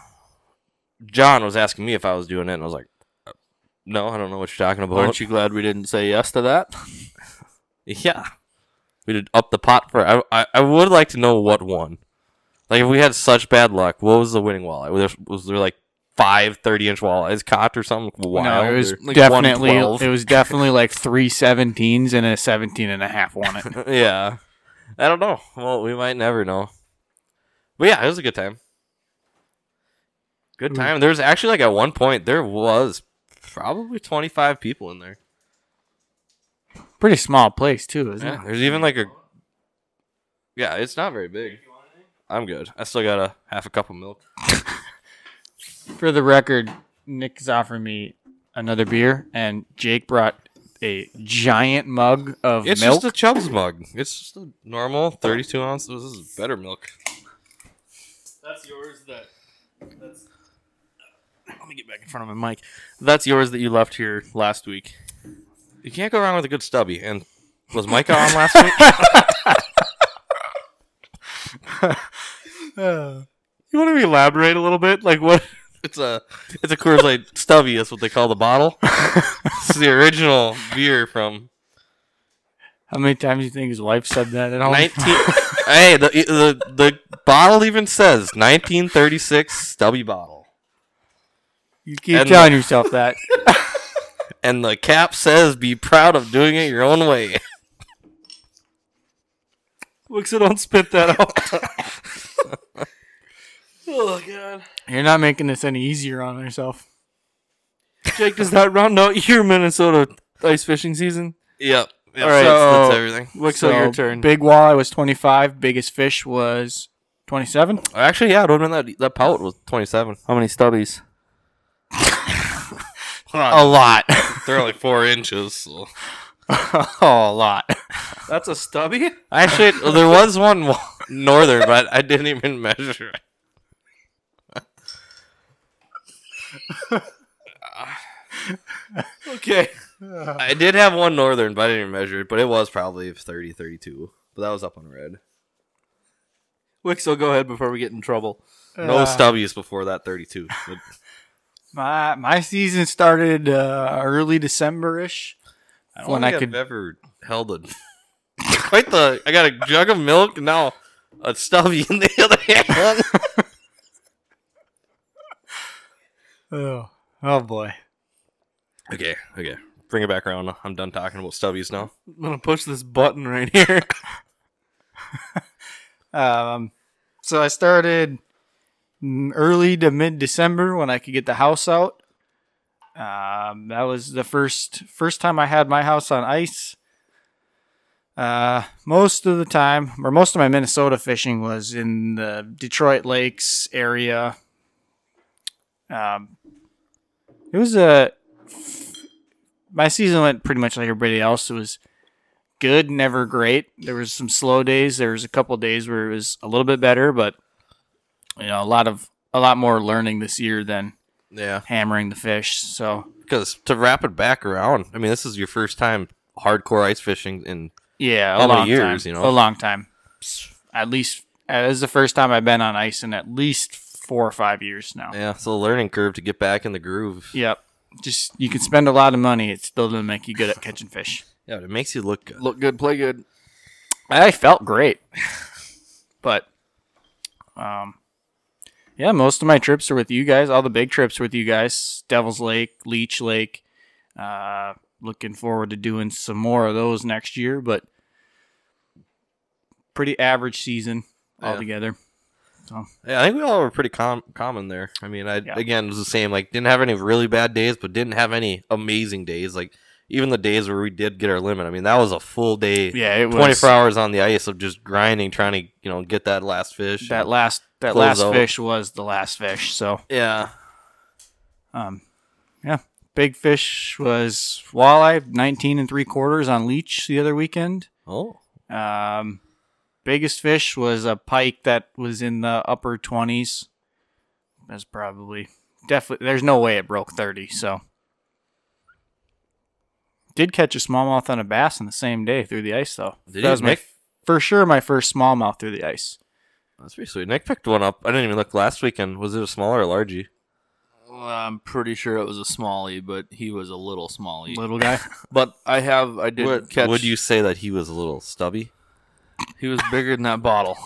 Speaker 1: John was asking me if I was doing it, and I was like, uh, "No, I don't know what you're talking about."
Speaker 2: Aren't you glad we didn't say yes to that?
Speaker 1: Yeah, we did up the pot for. I, I, I would like to know what won. Like if we had such bad luck, what was the winning walleye? Was there, was there like five 30 inch walleyes caught or something wild.
Speaker 3: no, it was
Speaker 1: or, like,
Speaker 3: definitely
Speaker 1: 112.
Speaker 3: it was definitely like three 17s and a 17 and a half on it.
Speaker 1: yeah. I don't know. Well, we might never know. But yeah, it was a good time. Good time. There was actually like at one point there was probably 25 people in there.
Speaker 3: Pretty small place too, isn't
Speaker 1: Yeah,
Speaker 3: it?
Speaker 1: there's even like a Yeah, it's not very big. I'm good. I still got a half a cup of milk.
Speaker 3: For the record, Nick's offering me another beer, and Jake brought a giant mug of
Speaker 1: It's
Speaker 3: milk.
Speaker 1: just a Chubb's mug. It's just a normal 32 ounce. This is better milk.
Speaker 2: That's yours. That. That's. Let me get back in front of my mic. That's yours that you left here last week.
Speaker 1: You can't go wrong with a good stubby. And was Micah on last week?
Speaker 2: You want to elaborate a little bit? Like what?
Speaker 1: It's a it's a Coors Light stubby. That's what they call the bottle. it's the original beer from
Speaker 3: How many times do you think his wife said that at home?
Speaker 1: 19. hey, the, the the bottle even says 1936 stubby bottle,
Speaker 3: you keep
Speaker 1: and-
Speaker 3: telling yourself that.
Speaker 1: and the cap says "Be proud of doing it your own way."
Speaker 2: Looks it don't spit that out.
Speaker 1: Oh god.
Speaker 3: You're not making this any easier on yourself.
Speaker 2: Jake, does that round out your Minnesota ice fishing season?
Speaker 1: Yep. yep
Speaker 2: All right,
Speaker 1: that's-
Speaker 2: so-
Speaker 1: that's everything.
Speaker 2: Looks like your turn.
Speaker 3: Big walleye was 25. Biggest fish was 27.
Speaker 1: Actually, yeah, it would have been that that pout was 27.
Speaker 2: How many stubbies?
Speaker 1: A lot. They're like four inches. So.
Speaker 3: oh, a lot.
Speaker 2: That's a stubby.
Speaker 1: Actually, there was one wa- northern, but I didn't even measure it.
Speaker 2: Okay.
Speaker 1: I did have one northern, but I didn't even measure it. But it was probably 30, 32. But that was up on red.
Speaker 2: Wixel, go ahead before we get in trouble.
Speaker 1: No
Speaker 3: Uh,
Speaker 1: stubbies before that 32. But
Speaker 3: My my season started uh, early December ish.
Speaker 1: I
Speaker 3: When I
Speaker 1: think
Speaker 3: could-
Speaker 1: I've ever held a quite the. I got a jug of milk and now a stubby in the other hand.
Speaker 3: Oh, oh boy.
Speaker 1: okay, okay, bring it back around. I'm done talking about stubbies now.
Speaker 2: I'm gonna push this button right here.
Speaker 3: Um, so I started mm, early to mid December when I could get the house out. Um, that was the first first time I had my house on ice. Uh, most of the time, or most of my Minnesota fishing was in the Detroit Lakes area. Um, it was a my season went pretty much like everybody else. It was good, never great. There was some slow days. There was a couple days where it was a little bit better, but you know, a lot of a lot more learning this year than
Speaker 1: Yeah,
Speaker 3: hammering the fish. So
Speaker 1: because to wrap it back around, I mean, this is your first time hardcore ice fishing in
Speaker 3: yeah, a
Speaker 1: How many
Speaker 3: long
Speaker 1: years,
Speaker 3: time.
Speaker 1: you know?
Speaker 3: A long time. At least uh, this is the first time I've been on ice in at least four or five years now.
Speaker 1: yeah, it's a learning curve to get back in the groove.
Speaker 3: Yep. Just you can spend a lot of money, it still doesn't make you good at catching fish.
Speaker 1: Yeah, but it makes you look good.
Speaker 2: Look good, play good.
Speaker 3: I felt great, but um, yeah, most of my trips are with you guys. All the big trips with you guys, Devil's Lake, Leech Lake. Uh, looking forward to doing some more of those next year, but pretty average season
Speaker 1: Yeah.
Speaker 3: altogether.
Speaker 1: Yeah, I think we all were pretty com- common there. I mean, I
Speaker 3: Yeah.
Speaker 1: again it was the same. Like, didn't have any really bad days, but didn't have any amazing days. Like, even the days where we did get our limit. I mean, that was a full day,
Speaker 3: Yeah, it was
Speaker 1: twenty four hours on the ice of just grinding, trying to you know get that last fish.
Speaker 3: That last that
Speaker 1: Close
Speaker 3: last
Speaker 1: out.
Speaker 3: fish was the last fish. So
Speaker 1: yeah,
Speaker 3: Um, yeah, big fish was walleye, nineteen and three quarters on leech the other weekend.
Speaker 1: oh,
Speaker 3: Um, biggest fish was a pike that was in the upper twenties. That's probably definitely. There's no way it broke thirty. So did catch a smallmouth on a bass on the same day through the ice though.
Speaker 1: did
Speaker 3: that
Speaker 1: you
Speaker 3: was my
Speaker 1: Nick?
Speaker 3: for sure my first smallmouth through the ice.
Speaker 1: That's pretty sweet. Nick picked one up. I didn't even look last weekend. Was it a small or a largey?
Speaker 2: Well, I'm pretty sure it was a smallie, but he was a little smallie.
Speaker 3: Little guy.
Speaker 2: But I have, I did
Speaker 1: Would,
Speaker 2: catch.
Speaker 1: would you say that he was a little stubby?
Speaker 2: He was bigger than that bottle.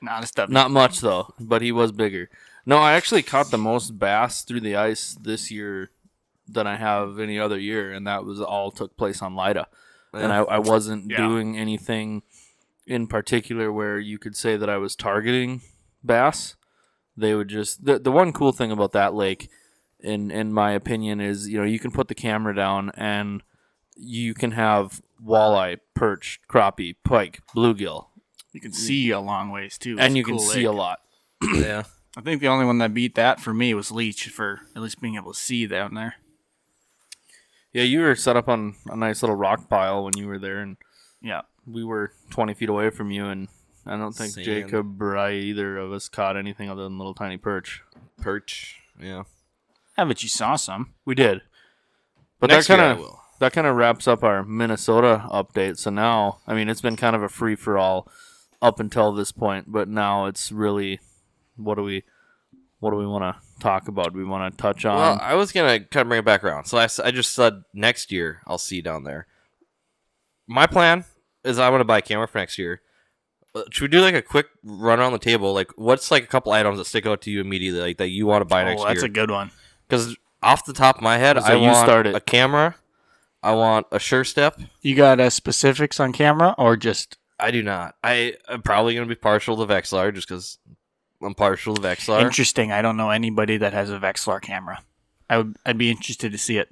Speaker 3: Not a stub.
Speaker 2: Not much though, but he was bigger. No, I actually caught the most bass through the ice this year than I have any other year, and that was all took place on Lida. And I, I wasn't
Speaker 3: Yeah.
Speaker 2: doing anything in particular where you could say that I was targeting bass. They would just the the one cool thing about that lake, in in my opinion, is you know you can put the camera down and you can have walleye, perch, crappie, pike, bluegill,
Speaker 3: You can see a long ways too. It's
Speaker 2: and
Speaker 3: a
Speaker 2: you can
Speaker 3: cool
Speaker 2: see
Speaker 3: lake.
Speaker 2: a lot.
Speaker 1: yeah.
Speaker 3: I think the only one that beat that for me was Leech for at least being able to see down there.
Speaker 2: Yeah, you were set up on a nice little rock pile when you were there, and
Speaker 3: Yeah.
Speaker 2: we were 20 feet away from you, and I don't think
Speaker 1: Sand.
Speaker 2: Jacob or I either of us caught anything other than little tiny perch.
Speaker 1: Perch. Yeah.
Speaker 3: I bet you saw some.
Speaker 2: We did, but
Speaker 1: Next
Speaker 2: that
Speaker 1: year I
Speaker 2: kind of
Speaker 1: will.
Speaker 2: that kind of wraps up our Minnesota update. So now, I mean, it's been kind of a free for all up until this point, but now it's really what do we what do we want to talk about? Do we want to touch on?
Speaker 1: Well, I was gonna kind of bring it back around. So I, s- I just said next year I'll see you down there. My plan is I'm gonna buy a camera for next year. Uh, Should we do like a quick run around the table? Like, what's like a couple items that stick out to you immediately, like that you want to buy next
Speaker 3: Oh, that's a
Speaker 1: year?
Speaker 3: good one.
Speaker 1: Because off the top of my head,
Speaker 2: So
Speaker 1: I
Speaker 2: you
Speaker 1: want
Speaker 2: start it.
Speaker 1: a camera. I want a sure step.
Speaker 3: You got uh, specifics on camera or just
Speaker 1: I do not. I, I'm probably gonna be partial to Vexlar just because I'm partial to Vexlar.
Speaker 3: interesting? I don't know anybody that has a Vexlar camera. I would. I'd be interested to see it.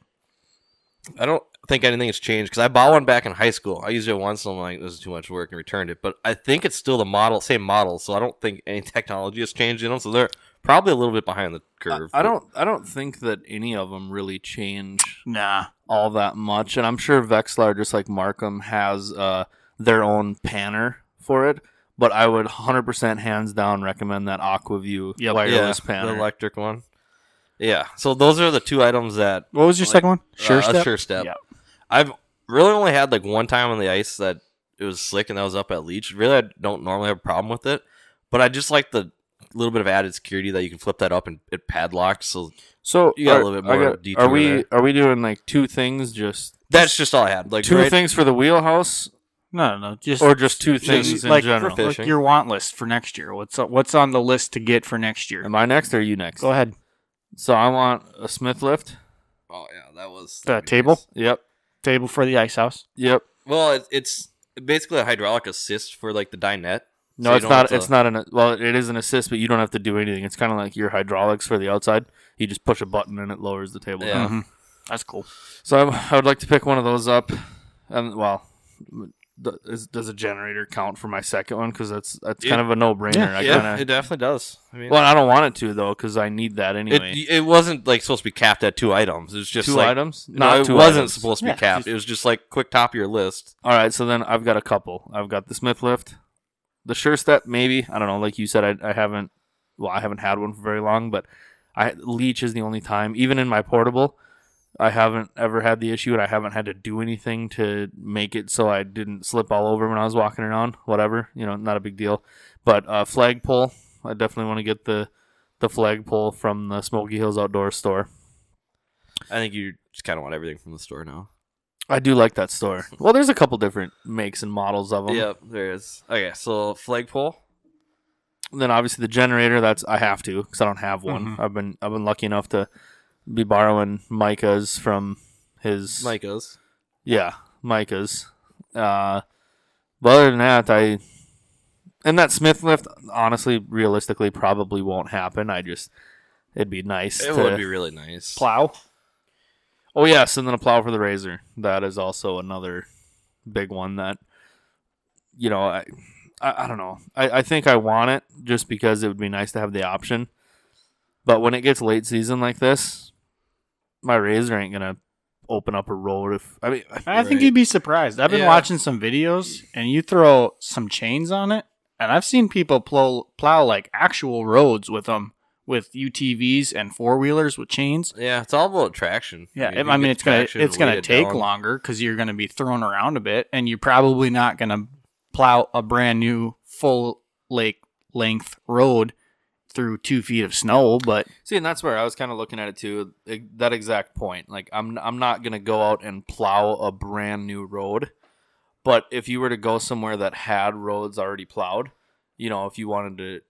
Speaker 1: I don't think anything has changed because I bought one back in high school. I used it once and I'm like, this is too much work and returned it. But I think it's still the model, same model. So I don't think any technology has changed in them. So they're probably a little bit behind the curve.
Speaker 2: I don't I don't think that any of them really change
Speaker 3: Nah.
Speaker 2: all that much. And I'm sure Vexlar, just like Markham, has uh, their own panner for it. But I would 100% hands down recommend that AquaView
Speaker 3: Yep.
Speaker 1: but-
Speaker 2: wireless
Speaker 1: yeah, the
Speaker 2: panner.
Speaker 1: electric one. Yeah. So those are the two items that
Speaker 3: What was your
Speaker 1: Like,
Speaker 3: second one?
Speaker 1: uh,
Speaker 3: Sure
Speaker 1: a
Speaker 3: step.
Speaker 1: sure step.
Speaker 3: Yeah.
Speaker 1: I've really only had like one time on the ice that it was slick and that was up at Leech. Really, I don't normally have a problem with it, but I just like the little bit of added security that you can flip that up and it padlocks. So
Speaker 2: so
Speaker 1: You got a
Speaker 2: are-
Speaker 1: little bit
Speaker 2: I
Speaker 1: more
Speaker 2: got-
Speaker 1: detour
Speaker 2: are we
Speaker 1: there.
Speaker 2: are we doing like two things? Just
Speaker 1: that's just all I had. Like
Speaker 2: two
Speaker 1: right-
Speaker 2: things for the wheelhouse,
Speaker 3: No, no, no. Just
Speaker 2: or just two things in
Speaker 3: like,
Speaker 2: general?
Speaker 1: for-
Speaker 3: like your want list for next year. What's uh, what's on the list to get for next year?
Speaker 2: Am I next or are you next?
Speaker 3: Go ahead.
Speaker 2: So I want a Smith lift.
Speaker 1: Oh yeah, that was
Speaker 3: The
Speaker 1: that'd be
Speaker 3: table?
Speaker 1: nice.
Speaker 2: Yep.
Speaker 3: Table for the ice house.
Speaker 2: Yep.
Speaker 1: Well, it, it's basically a hydraulic assist for like the dinette.
Speaker 2: No,
Speaker 1: So you don't
Speaker 2: it's not.
Speaker 1: have to-
Speaker 2: It's not an. Well, it is an assist, but you don't have to do anything. It's kind of like your hydraulics for the outside. You just push a button and it lowers the table.
Speaker 1: Yeah.
Speaker 2: down.
Speaker 3: Mhm. That's cool.
Speaker 2: So I, I would like to pick one of those up, and well, th- is, does a generator count for my second one? Because that's that's
Speaker 1: It-
Speaker 2: kind of a no brainer.
Speaker 3: Yeah,
Speaker 2: I
Speaker 1: yeah,
Speaker 2: kind
Speaker 1: it definitely does. I mean,
Speaker 2: of well, I don't want it to though, because I need that
Speaker 1: it,
Speaker 2: anyway.
Speaker 1: it wasn't like supposed to be capped at two items. It was just
Speaker 2: two
Speaker 1: like,
Speaker 2: items?
Speaker 1: No, it
Speaker 2: two
Speaker 1: wasn't
Speaker 2: items.
Speaker 1: supposed to be
Speaker 3: Yeah,
Speaker 1: capped. it was just like quick top of your list.
Speaker 2: All right, so then I've got a couple. I've got the Smith lift, the Sure Step, maybe. I don't know. Like you said, I, I haven't. Well, I haven't had one for very long, but I leech is the only time, even in my portable, I haven't ever had the issue, and I haven't had to do anything to make it so I didn't slip all over when I was walking around. Whatever, you know, not a big deal. But uh, flagpole, I definitely want to get the the flagpole from the Smoky Hills Outdoor Store.
Speaker 1: I think you just kind of want everything from the store now.
Speaker 2: I do like that store. Well, there's a couple different makes and models of them.
Speaker 1: Yep, there is. Okay, so flagpole.
Speaker 2: then obviously the generator that's I have to because I don't have one.
Speaker 1: Mm-hmm.
Speaker 3: Mhm.
Speaker 2: I've been I've been lucky enough to be borrowing Micah's from his
Speaker 1: Micah's.
Speaker 2: yeah Micah's. Uh, but other than that, I and that Smith lift honestly, realistically, probably won't happen. I just it'd be nice.
Speaker 1: It
Speaker 2: to,
Speaker 1: would be really nice.
Speaker 3: Plow.
Speaker 2: oh yes, and then a plow for the razor. That is also another big one that you know I I, I don't know. I, I think I want it just because it would be nice to have the option. But when it gets late season like this, my razor ain't gonna open up a roll. If I mean,
Speaker 3: I think
Speaker 1: Right.
Speaker 3: you'd be surprised. I've been
Speaker 1: Yeah.
Speaker 3: watching some videos, and you throw some chains on it, and I've seen people plow, plow like actual roads with them, with UTVs and four wheelers with chains.
Speaker 1: Yeah, it's all about traction.
Speaker 3: Yeah,
Speaker 1: if
Speaker 3: I
Speaker 1: you
Speaker 3: mean,
Speaker 1: get
Speaker 3: it's gonna
Speaker 1: traction,
Speaker 3: it's gonna
Speaker 1: weight it
Speaker 3: take
Speaker 1: down.
Speaker 3: longer because you're gonna be thrown around a bit, and you're probably not gonna plow a brand new full lake length road through two feet of snow. But
Speaker 2: see, and that's where I was kind of looking at it too. e- That exact point. Like, I'm I'm not gonna go out and plow a brand new road. But if you were to go somewhere that had roads already plowed, you know, if you wanted to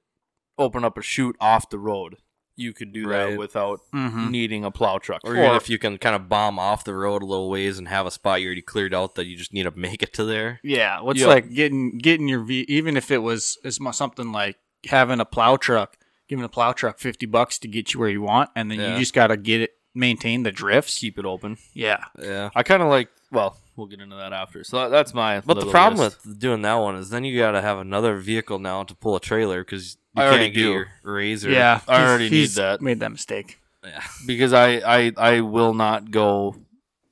Speaker 2: open up a chute off the road, you could do
Speaker 1: Right. Hmm.
Speaker 2: that without
Speaker 3: Mm-hmm.
Speaker 2: needing a plow truck.
Speaker 1: Or, even if you can kind of bomb off the road a little ways and have a spot you already cleared out that you just need to make it to there.
Speaker 3: Yeah, what's
Speaker 2: Yeah.
Speaker 3: like getting getting your ve- even if it was as mu- something like having a plow truck, giving a plow truck fifty bucks to get you where you want, and then
Speaker 1: Yeah.
Speaker 3: you just gotta get it maintain the drifts.
Speaker 2: keep it open.
Speaker 3: Yeah,
Speaker 1: Yeah.
Speaker 2: I kind of like. Well, we'll get into that after. So that- that's my.
Speaker 1: But the
Speaker 2: little
Speaker 1: problem
Speaker 2: list.
Speaker 1: with doing that one is then you got to have another vehicle now to pull a trailer because you
Speaker 2: I
Speaker 1: can't
Speaker 2: already
Speaker 1: get
Speaker 2: do.
Speaker 1: your razor.
Speaker 3: yeah,
Speaker 2: I
Speaker 3: he's-
Speaker 2: already need
Speaker 3: he's
Speaker 2: that.
Speaker 3: Made that mistake.
Speaker 1: Yeah.
Speaker 2: because I, I I will not go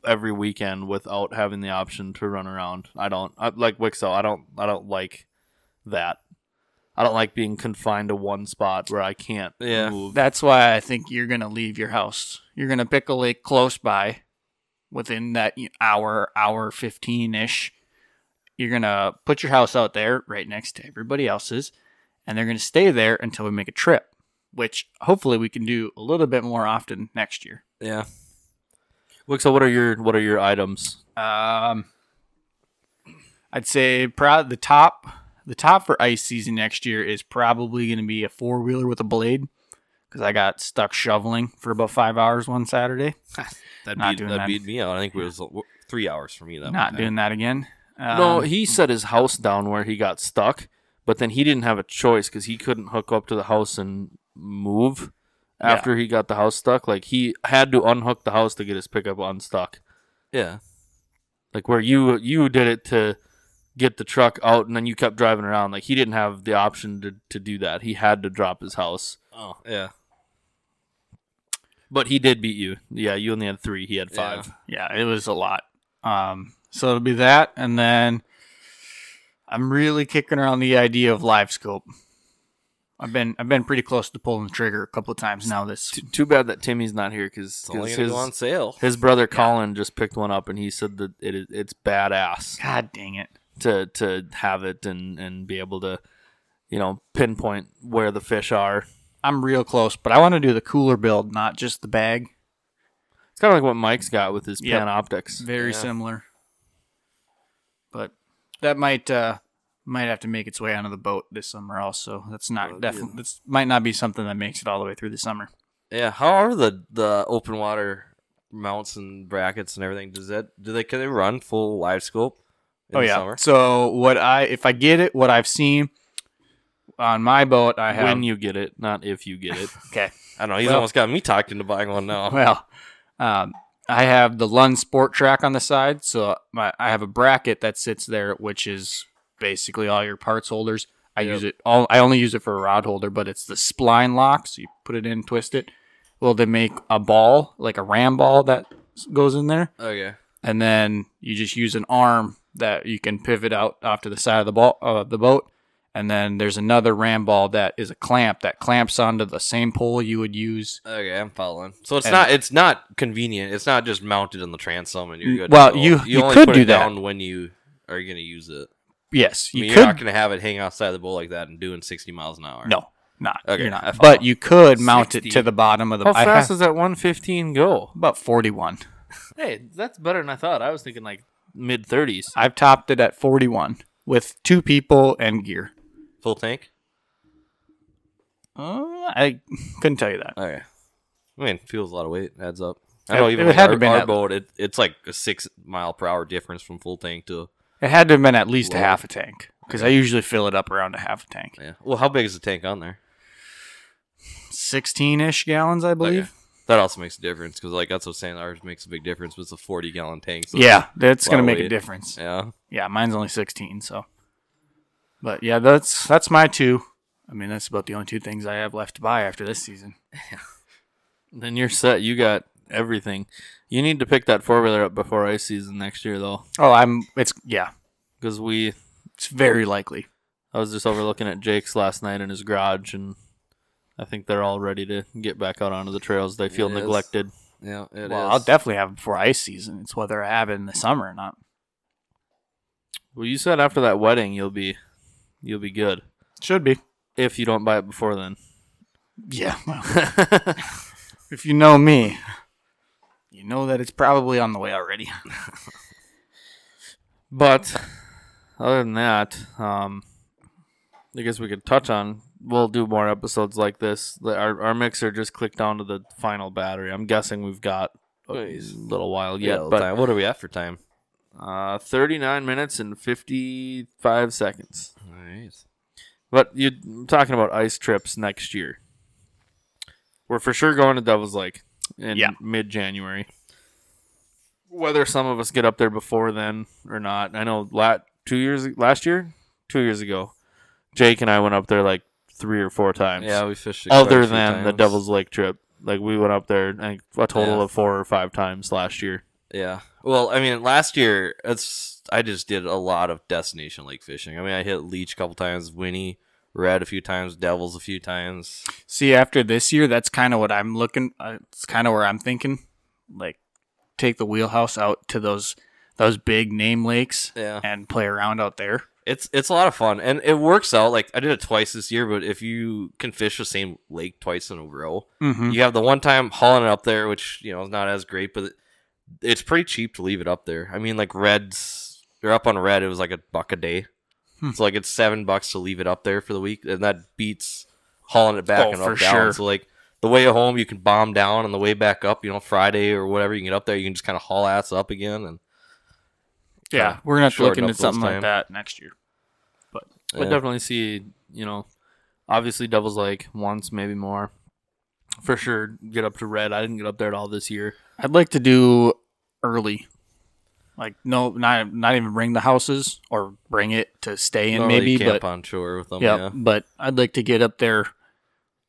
Speaker 2: every weekend without having the option to run around. I don't I, like Wixo. I don't I don't like that. I don't like being confined to one spot where I can't
Speaker 1: Yeah.
Speaker 2: move.
Speaker 3: That's why I think you're gonna leave your house. You're gonna pick a lake close by, within that you know, hour hour fifteen ish. You're gonna put your house out there right next to everybody else's, and they're gonna stay there until we make a trip, which hopefully we can do a little bit more often next year.
Speaker 1: Yeah.
Speaker 2: Wixo, what are your what are your items?
Speaker 3: Um, I'd say proud the top the top for ice season next year is probably going to be a four wheeler with a blade because I got stuck shoveling for about five hours one Saturday.
Speaker 1: That,
Speaker 3: Not
Speaker 1: beat,
Speaker 3: doing
Speaker 1: that,
Speaker 3: that.
Speaker 1: beat me out. I think it was uh, three hours for me. That
Speaker 3: Not
Speaker 1: one time.
Speaker 3: doing that again. Um,
Speaker 2: no, he set his house down where he got stuck, but then he didn't have a choice because he couldn't hook up to the house and move. After he got the house stuck, like he had to unhook the house to get his pickup unstuck.
Speaker 1: Yeah.
Speaker 2: like where you you did it to get the truck out and then you kept driving around like he didn't have the option to, to do that he had to drop his house
Speaker 1: Oh, yeah.
Speaker 2: but he did beat you yeah you only had three he had five
Speaker 3: yeah, it was a lot. Um, so it'll be that, and then I'm really kicking around the idea of live scope. I've been I've been pretty close to pulling the trigger a couple of times now. This
Speaker 2: T- too bad that timmy's not here because
Speaker 1: It's only going to
Speaker 2: his,
Speaker 1: go on sale.
Speaker 2: his brother colin just picked one up and he said that it is it's badass
Speaker 3: God dang it!
Speaker 2: to to have it and and be able to you know pinpoint where the fish are
Speaker 3: I'm real close, but I want to do the cooler build, not just the bag.
Speaker 2: it's kind of like what mike's got with his
Speaker 3: Yep.
Speaker 2: panoptics
Speaker 3: Very
Speaker 1: Yeah.
Speaker 3: similar. But that might uh might have to make its way onto the boat this summer also. That's not
Speaker 1: Oh,
Speaker 3: definitely
Speaker 1: yeah.
Speaker 3: that's might not be something that makes it all the way through the summer.
Speaker 1: Yeah. How are the, the open water mounts and brackets and everything? Does that, do they, can they run full live scope in
Speaker 3: oh
Speaker 1: the
Speaker 3: yeah.
Speaker 1: summer?
Speaker 3: So what I if I get it, what I've seen on my boat I have
Speaker 2: when you get it not if you get it
Speaker 3: Okay.
Speaker 1: I don't know. He's
Speaker 3: Well-
Speaker 1: almost got me talked into buying one now.
Speaker 3: Well, um, I have the Lund Sport Track on the side, so my, I have a bracket that sits there, which is basically all your parts holders. I
Speaker 1: Yep.
Speaker 3: use it all. I only use it for a rod holder, but it's the spline lock. So you put it in, twist it. Well, they make a ball, like a ram ball that s- goes in there,
Speaker 1: okay.
Speaker 3: and then you just use an arm that you can pivot out off to the side of the ball, uh, the boat, and then there's another ram ball that is a clamp that clamps onto the same pole you would use
Speaker 1: Okay, I'm following. So it's
Speaker 3: And-
Speaker 1: not it's not convenient. It's not just mounted in the transom and you're
Speaker 3: Mm,
Speaker 1: good. to
Speaker 3: well,
Speaker 1: go.
Speaker 3: you- you could do
Speaker 1: it
Speaker 3: that.
Speaker 1: down when you are going to use it.
Speaker 3: Yes,
Speaker 1: I
Speaker 3: you
Speaker 1: mean,
Speaker 3: could.
Speaker 1: You're not going to have it hang outside the bowl like that and doing 60 miles an hour.
Speaker 3: no, not.
Speaker 1: Okay,
Speaker 3: you're
Speaker 1: I
Speaker 3: not.
Speaker 1: follow.
Speaker 3: But you could mount it
Speaker 1: 60.
Speaker 3: to the bottom of the.
Speaker 2: how
Speaker 3: I
Speaker 2: fast
Speaker 3: have
Speaker 2: does that 115 go
Speaker 3: about forty-one.
Speaker 2: Hey, that's better than I thought. I was thinking like mid thirties.
Speaker 3: I've topped it at forty-one with two people and gear.
Speaker 1: Full tank?
Speaker 3: Uh, I couldn't tell you that.
Speaker 1: Okay. I mean, feels a lot of weight. Adds up. I
Speaker 3: It-
Speaker 1: know even
Speaker 3: it
Speaker 1: like
Speaker 3: had to
Speaker 1: our,
Speaker 3: been
Speaker 1: our
Speaker 3: at-
Speaker 1: boat, it, it's like a six mile per hour difference from full tank to.
Speaker 3: It had to have been at least a
Speaker 1: Whoa.
Speaker 3: half a tank because I usually fill it up around a half a tank,
Speaker 1: Yeah. Well, how big is the tank on there?
Speaker 3: sixteen-ish gallons, I believe.
Speaker 1: Okay. That also makes a difference because, like, that's what I'm saying. Ours makes a big difference. But it's a 40 gallon tank. So
Speaker 3: yeah, that's
Speaker 1: lot
Speaker 3: gonna
Speaker 1: of
Speaker 3: make a
Speaker 1: weight.
Speaker 3: difference.
Speaker 1: Yeah.
Speaker 3: Yeah, mine's only sixteen, so. But yeah, that's that's my two. I mean, that's about the only two things I have left to buy after this season.
Speaker 2: Then you're set. You got everything. You need to pick that four wheeler up before ice season next year, though,
Speaker 3: Oh, I'm. It's yeah.
Speaker 2: because we.
Speaker 3: It's very likely.
Speaker 2: I was just overlooking at Jake's last night in his garage, and I think they're all ready to get back out onto the trails. They feel
Speaker 1: Yes.
Speaker 2: neglected.
Speaker 1: Yeah. It
Speaker 3: well,
Speaker 1: is.
Speaker 3: I'll definitely have it before ice season. It's whether I have it in the summer or not.
Speaker 2: Well, you said after that wedding, you'll be, you'll be good
Speaker 3: Should be.
Speaker 2: if you don't buy it before then.
Speaker 3: Yeah. Well, if you know me, you know that it's probably on the way already.
Speaker 2: But other than that, um, I guess we could touch on we'll do more episodes like this. The- Our, our mixer just clicked onto the final battery. I'm guessing we've got a
Speaker 1: Nice.
Speaker 2: little while
Speaker 1: Yeah,
Speaker 2: yet, but
Speaker 1: time. what are we after time?
Speaker 2: uh, 39 minutes and 55 seconds.
Speaker 1: All right.
Speaker 2: But you're talking about ice trips next year. We're for sure going to Devil's Lake in
Speaker 3: Yeah.
Speaker 2: mid January. Whether some of us get up there before then or not, I know. Lat two years last year, two years ago, Jake and I went up there like three or four times.
Speaker 1: Yeah, we fished. it quite a
Speaker 2: Other
Speaker 1: few
Speaker 2: than the
Speaker 1: times.
Speaker 2: Devil's Lake trip, like we went up there I think, a total
Speaker 1: Yeah.
Speaker 2: of four or five times last year.
Speaker 1: Yeah. Well, I mean, last year it's I just did a lot of destination lake fishing. I mean, I hit leech a couple times, Winnie, red a few times, devils a few times.
Speaker 3: See, after this year, that's kind of what I'm looking. Uh, it's kind of where I'm thinking, like take the wheelhouse out to those those big name lakes
Speaker 1: Yeah.
Speaker 3: and play around out there.
Speaker 1: It's it's a lot of fun and it works out. Like I did it twice this year, but if you can fish the same lake twice in a row,
Speaker 3: Mm-hmm.
Speaker 1: you have the one time hauling it up there, which you know is not as great, but it's pretty cheap to leave it up there. I mean, like reds, you're up on red. It was like a buck a day.
Speaker 3: Hmm.
Speaker 1: So like it's seven bucks to leave it up there for the week, and that beats hauling it back
Speaker 3: Oh,
Speaker 1: and
Speaker 3: for
Speaker 1: up down.
Speaker 3: sure.
Speaker 1: So like the way home, you can bomb down, and the way back up, you know, Friday or whatever, you can get up there, you can just kind of haul ass up again, and
Speaker 3: Yeah,
Speaker 1: Yeah,
Speaker 3: we're not
Speaker 1: shorten
Speaker 3: looking
Speaker 1: up
Speaker 3: at
Speaker 1: those
Speaker 3: something like
Speaker 1: time.
Speaker 3: that next year.
Speaker 1: eh,
Speaker 2: I definitely see, you know, obviously Devil's Lake once, maybe more. For sure, get up to red. I didn't get up there at all this year.
Speaker 3: I'd like to do early, like no, not not even bring the houses or bring it to stay in,
Speaker 1: normally
Speaker 3: maybe,
Speaker 1: camp
Speaker 3: but
Speaker 1: on shore with them.
Speaker 3: Oh, yeah,
Speaker 1: Yeah,
Speaker 3: but I'd like to get up there.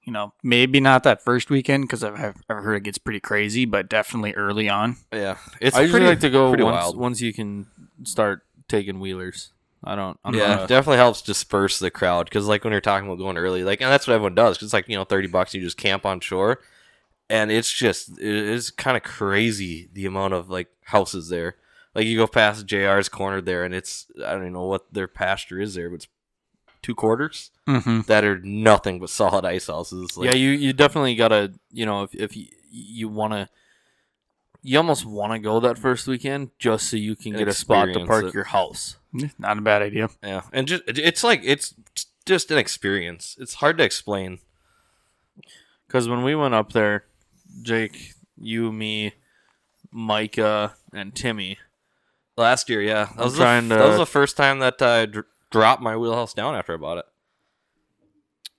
Speaker 3: You know, maybe not that first weekend because I've, I've I've heard it gets pretty crazy, but definitely early on.
Speaker 1: yeah. It's
Speaker 2: I usually
Speaker 1: pretty
Speaker 2: like to go once,
Speaker 1: pretty wild.
Speaker 2: once you can start taking wheelers. I don't. I'm
Speaker 1: yeah,
Speaker 2: Not a,
Speaker 1: definitely helps disperse the crowd because, like, when you're talking about going early, like, and that's what everyone does because, like, you know, thirty bucks, you just camp on shore, and it's just it is kind of crazy the amount of like houses there. Like, you go past Jr's corner there, and it's I don't even know what their pasture is there, but it's two quarters
Speaker 3: Mm-hmm.
Speaker 1: that are nothing but solid ice houses. Like,
Speaker 2: yeah, you you definitely gotta. You know, if if you, you wanna, you almost wanna go that first weekend just so you can
Speaker 1: And
Speaker 2: get a spot to
Speaker 1: experience
Speaker 2: park
Speaker 1: it.
Speaker 2: your house.
Speaker 3: Not a bad idea.
Speaker 1: yeah, and just it's like it's just an experience. It's hard to explain.
Speaker 2: Because when we went up there, Jake, you, me, Micah, and Timmy.
Speaker 1: Last year, yeah, that
Speaker 2: I'm
Speaker 1: was, the,
Speaker 2: trying to-
Speaker 1: that was the first time that I dr- dropped my wheelhouse down after I bought it.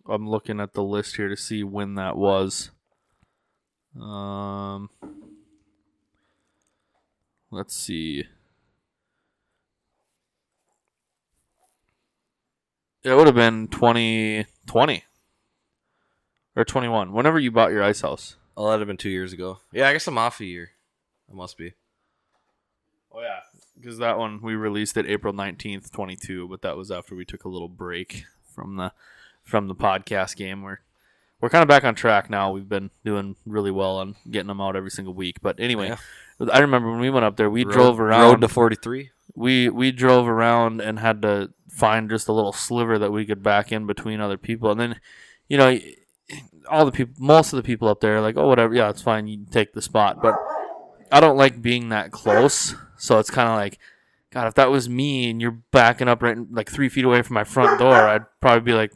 Speaker 2: I'm looking at the list here to see when that was. Um, let's see. It would have been 2020 or 21, whenever you bought your ice house.
Speaker 1: Oh, that'd have been two years ago. Yeah, I guess I'm off a year. I must be.
Speaker 2: Oh, yeah. Because that one we released it April 19th, 22, but that was after we took a little break from the from the podcast game where we're kind of back on track now. We've been doing really well on getting them out every single week. But anyway, I remember when we went up there, we
Speaker 1: Road-
Speaker 2: drove around
Speaker 1: Road to 43.
Speaker 2: we we drove around and had to find just a little sliver that we could back in between other people and then you know all the people most of the people up there are like oh whatever yeah it's fine you can take the spot but i don't like being that close so it's kind of like god if that was me and you're backing up right like three feet away from my front door i'd probably be like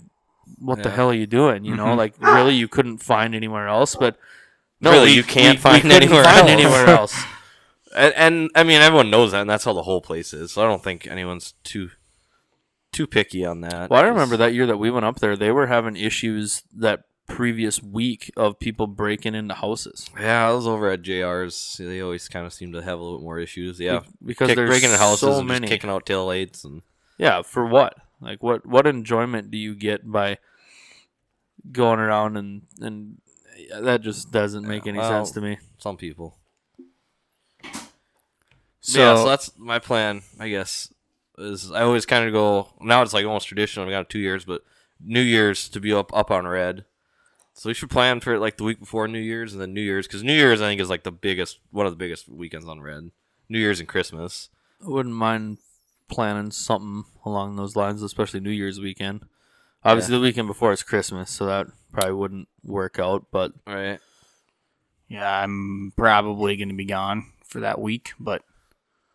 Speaker 2: what
Speaker 1: Yeah.
Speaker 2: the
Speaker 1: Mm-hmm.
Speaker 2: hell are you doing you know
Speaker 3: Mhm.
Speaker 2: like really you couldn't find anywhere else but
Speaker 1: Really, you can't find
Speaker 2: couldn't
Speaker 1: anywhere else.
Speaker 2: find anywhere else
Speaker 1: And, and I mean, everyone knows that, and that's how the whole place is. So I don't think anyone's too too picky on that.
Speaker 2: Well, I remember that year that we went up there, they were having issues that previous week of people breaking into houses
Speaker 1: Yeah, I was over at JR's. They always kind of seem to have a little bit more issues. Yeah,
Speaker 2: because
Speaker 1: Kick-
Speaker 2: there's
Speaker 1: breaking in houses,
Speaker 2: so
Speaker 1: and just
Speaker 2: many.
Speaker 1: kicking out tail lights, and
Speaker 2: yeah, for what? Like what? What enjoyment do you get by going around and and that just doesn't make any
Speaker 1: well,
Speaker 2: sense to me.
Speaker 1: some people.
Speaker 3: So,
Speaker 1: yeah, so that's my plan, I guess. Is I always kind of go now. It's like almost traditional. We got two years, but New Year's to be up up on red. So we should plan for it like the week before New Year's and then New Year's because New Year's I think is like the biggest one of the biggest weekends on red. New Year's and Christmas.
Speaker 2: I wouldn't mind planning something along those lines, especially New Year's weekend. Obviously, the weekend before is Christmas, so that probably wouldn't work out. But
Speaker 1: All right.
Speaker 3: yeah, I'm probably going to be gone for that week, but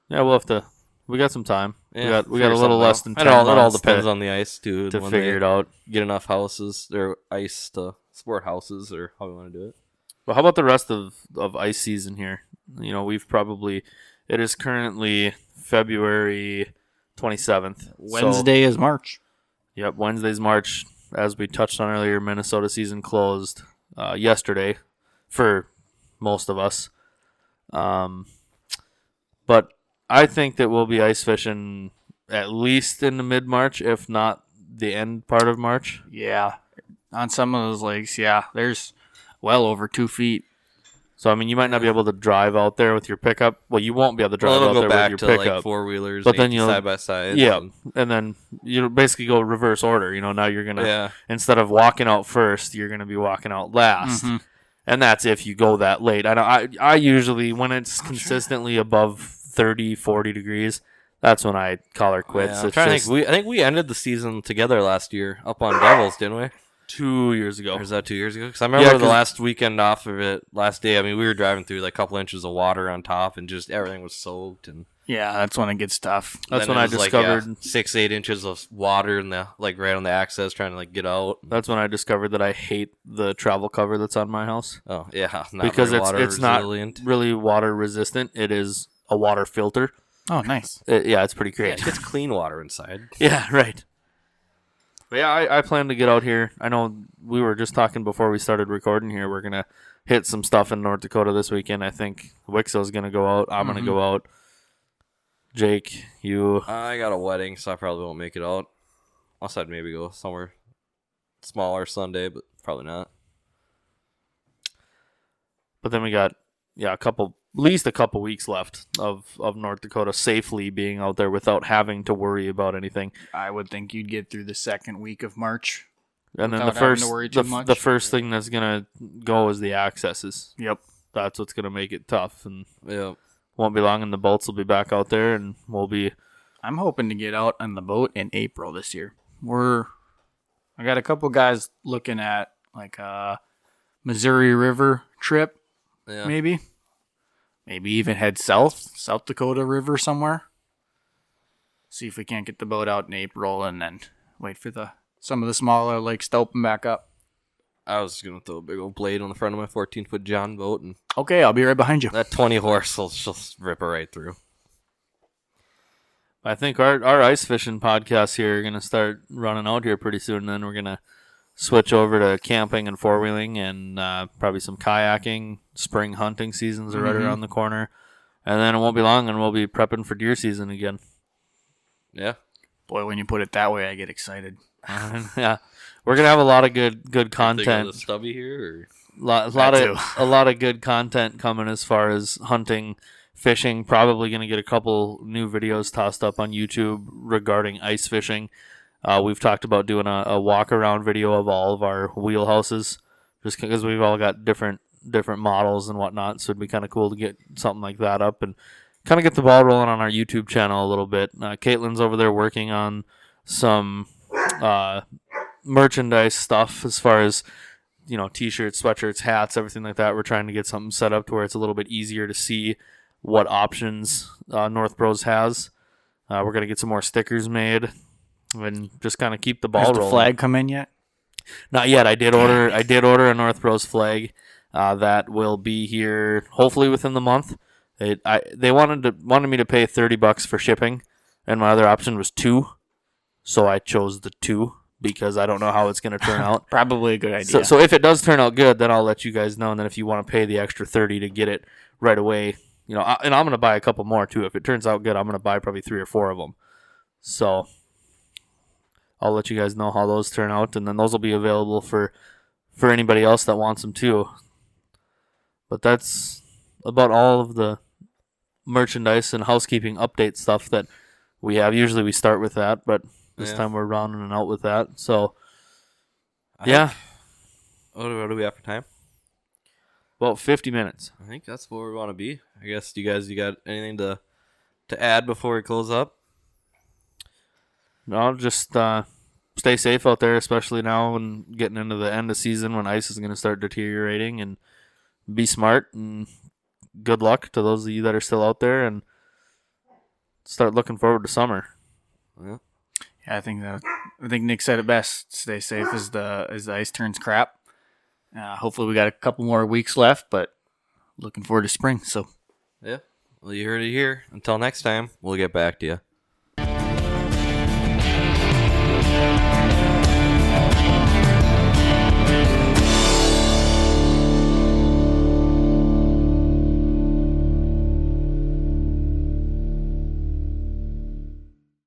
Speaker 2: yeah, we'll have to We got some time.
Speaker 1: Yeah,
Speaker 2: we got we
Speaker 1: figure
Speaker 2: got a little
Speaker 1: something
Speaker 2: less
Speaker 1: out.
Speaker 2: than
Speaker 1: It
Speaker 2: ten
Speaker 1: all, it all
Speaker 2: months
Speaker 1: depends
Speaker 2: to,
Speaker 1: on the ice too.
Speaker 2: to
Speaker 1: when
Speaker 2: figure
Speaker 1: they
Speaker 2: it out.
Speaker 1: Get enough houses or ice to sport houses or how you want to do it.
Speaker 2: But how about the rest of, of ice season here? You know, we've probably it is currently February twenty seventh.
Speaker 3: Wednesday is March.
Speaker 2: yep, Wednesday's March. As we touched on earlier, Minnesota season closed uh, yesterday for most of us. Um, but I think that we'll be ice fishing at least in the mid March, if not the end part of March.
Speaker 3: Yeah. On some of those lakes, yeah, there's well over two feet.
Speaker 2: So I mean, you might not be able to drive out there with your pickup. Well, you won't be able to drive
Speaker 1: Well,
Speaker 2: out
Speaker 1: it'll
Speaker 2: there
Speaker 1: go back
Speaker 2: with
Speaker 1: to
Speaker 2: your pickup.
Speaker 1: like four wheelers,
Speaker 2: But then you'll-
Speaker 1: side by side. Um,
Speaker 2: yeah, and then you basically go reverse order. You know, now you're gonna
Speaker 1: yeah.
Speaker 2: instead of walking out first, you're gonna be walking out last,
Speaker 3: Mhm.
Speaker 2: and that's if you go that late. I know I I usually when it's consistently above 30, 40 degrees, that's when I call her quits.
Speaker 1: Yeah,
Speaker 2: It's
Speaker 1: I'm trying to
Speaker 2: just
Speaker 1: think. We I think we ended the season together last year up on Devils, didn't we?
Speaker 2: two years ago.
Speaker 1: Or is that two years ago? Because I remember the
Speaker 2: 'cause-
Speaker 1: last weekend off of it, last day. I mean, we were driving through like a couple inches of water on top, and just everything was soaked. And
Speaker 3: Yeah, that's when it gets tough.
Speaker 2: That's
Speaker 1: then
Speaker 2: when
Speaker 1: it
Speaker 2: I
Speaker 1: was, like, yeah,
Speaker 2: discovered.
Speaker 1: six, eight inches of water in the like right on the access, trying to like get out.
Speaker 2: That's when I discovered that I hate the travel cover that's on my house.
Speaker 1: Oh yeah, not
Speaker 2: Because
Speaker 1: very
Speaker 2: it's-
Speaker 1: water
Speaker 2: it's not-
Speaker 1: resilient.
Speaker 2: Really water resistant. It is a water filter.
Speaker 3: Oh, nice.
Speaker 2: It, yeah, it's pretty
Speaker 1: Yeah,
Speaker 2: great.
Speaker 1: it gets clean water inside.
Speaker 2: Yeah, right. But yeah, I, I plan to get out here. I know we were just talking before we started recording here. We're gonna hit some stuff in North Dakota this weekend. I think Wixo's gonna go out. I'm gonna
Speaker 3: Mhm.
Speaker 2: go out. Jake, you
Speaker 1: I got a wedding, so I probably won't make it out. Unless I'd maybe go somewhere smaller Sunday, but probably not.
Speaker 2: but then we got yeah, a couple at least a couple weeks left of, of North Dakota safely being out there without having to worry about anything.
Speaker 3: I would think you'd get through the second week of March.
Speaker 2: And then the
Speaker 3: Without having to
Speaker 2: first
Speaker 3: worry
Speaker 2: the,
Speaker 3: too
Speaker 2: f-
Speaker 3: much.
Speaker 2: the first thing that's gonna go is the accesses.
Speaker 3: Yep.
Speaker 2: That's what's gonna make it tough and
Speaker 1: Yeah.
Speaker 2: won't be long and the bolts will be back out there and we'll be
Speaker 3: I'm hoping to get out on the boat in April this year. We're I got a couple guys looking at like a Missouri River trip,
Speaker 1: Yeah.
Speaker 3: maybe. Maybe even head south, South Dakota River somewhere. See if we can't get the boat out in April and then wait for the some of the smaller lakes to open back up.
Speaker 1: I was gonna throw a big old blade on the front of my 14 foot John boat, and
Speaker 3: Okay, I'll be right behind you.
Speaker 1: that 20 horse will just rip her right through.
Speaker 2: I think our, our ice fishing podcasts here are going to start running out here pretty soon. Then we're going to switch over to camping and four wheeling and uh, probably some kayaking. Spring hunting seasons are right
Speaker 3: Mhm.
Speaker 2: around the corner. And then it won't be long and we'll be prepping for deer season again.
Speaker 1: Yeah.
Speaker 3: Boy, when you put it that way, I get excited.
Speaker 2: yeah. We're going to have a lot of good good
Speaker 1: Think of the
Speaker 2: content.
Speaker 1: stubby here.
Speaker 2: lot, lot
Speaker 3: That
Speaker 2: of
Speaker 3: too.
Speaker 2: a lot of good content coming as far as hunting, fishing. Probably going to get a couple new videos tossed up on YouTube regarding ice fishing. Uh, we've talked about doing a, a walk around video of all of our wheelhouses, just because we've all got different different models and whatnot. So it'd be kind of cool to get something like that up and kind of get the ball rolling on our YouTube channel a little bit. Uh, Caitlin's over there working on some uh, merchandise stuff as far as you know t-shirts sweatshirts hats everything like that we're trying to get something set up to where it's a little bit easier to see what options uh, north bros has uh, we're going to get some more stickers made and just kind of keep the ball
Speaker 3: Has the
Speaker 2: rolling
Speaker 3: flag come in yet?
Speaker 2: not yet i did order i did order a north bros flag uh, that will be here hopefully within the month it, I, they wanted to wanted me to pay 30 bucks for shipping and my other option was two so i chose the two because i don't know how it's going to turn out
Speaker 3: Probably a good idea.
Speaker 2: so, so if it does turn out good, then I'll let you guys know. And then if you want to pay the extra thirty to get it right away, you know, I, and I'm gonna buy a couple more too. If it turns out good, I'm gonna buy probably three or four of them. So I'll let you guys know how those turn out, and then those will be available for for anybody else that wants them too. But that's about all of the merchandise and housekeeping update stuff that we have. Usually we start with that, but this
Speaker 1: Yeah.
Speaker 2: time we're rounding it out with that. So
Speaker 1: I
Speaker 2: yeah,
Speaker 1: think- What, do- what do we have for time?
Speaker 2: about fifty minutes.
Speaker 1: I think that's where we want to be. I guess you guys, you got anything to to add before we close up?
Speaker 2: No, just uh, stay safe out there, especially now and getting into the end of season when ice is going to start deteriorating. And be smart and good luck to those of you that are still out there. And start looking forward to summer.
Speaker 3: Yeah, I think that I think Nick said it best. Stay safe as the as the ice turns crap. Uh, hopefully, we got a couple more weeks left, but looking forward to spring. So
Speaker 1: Yeah. Well, you heard it here. Until next time, we'll get back to you.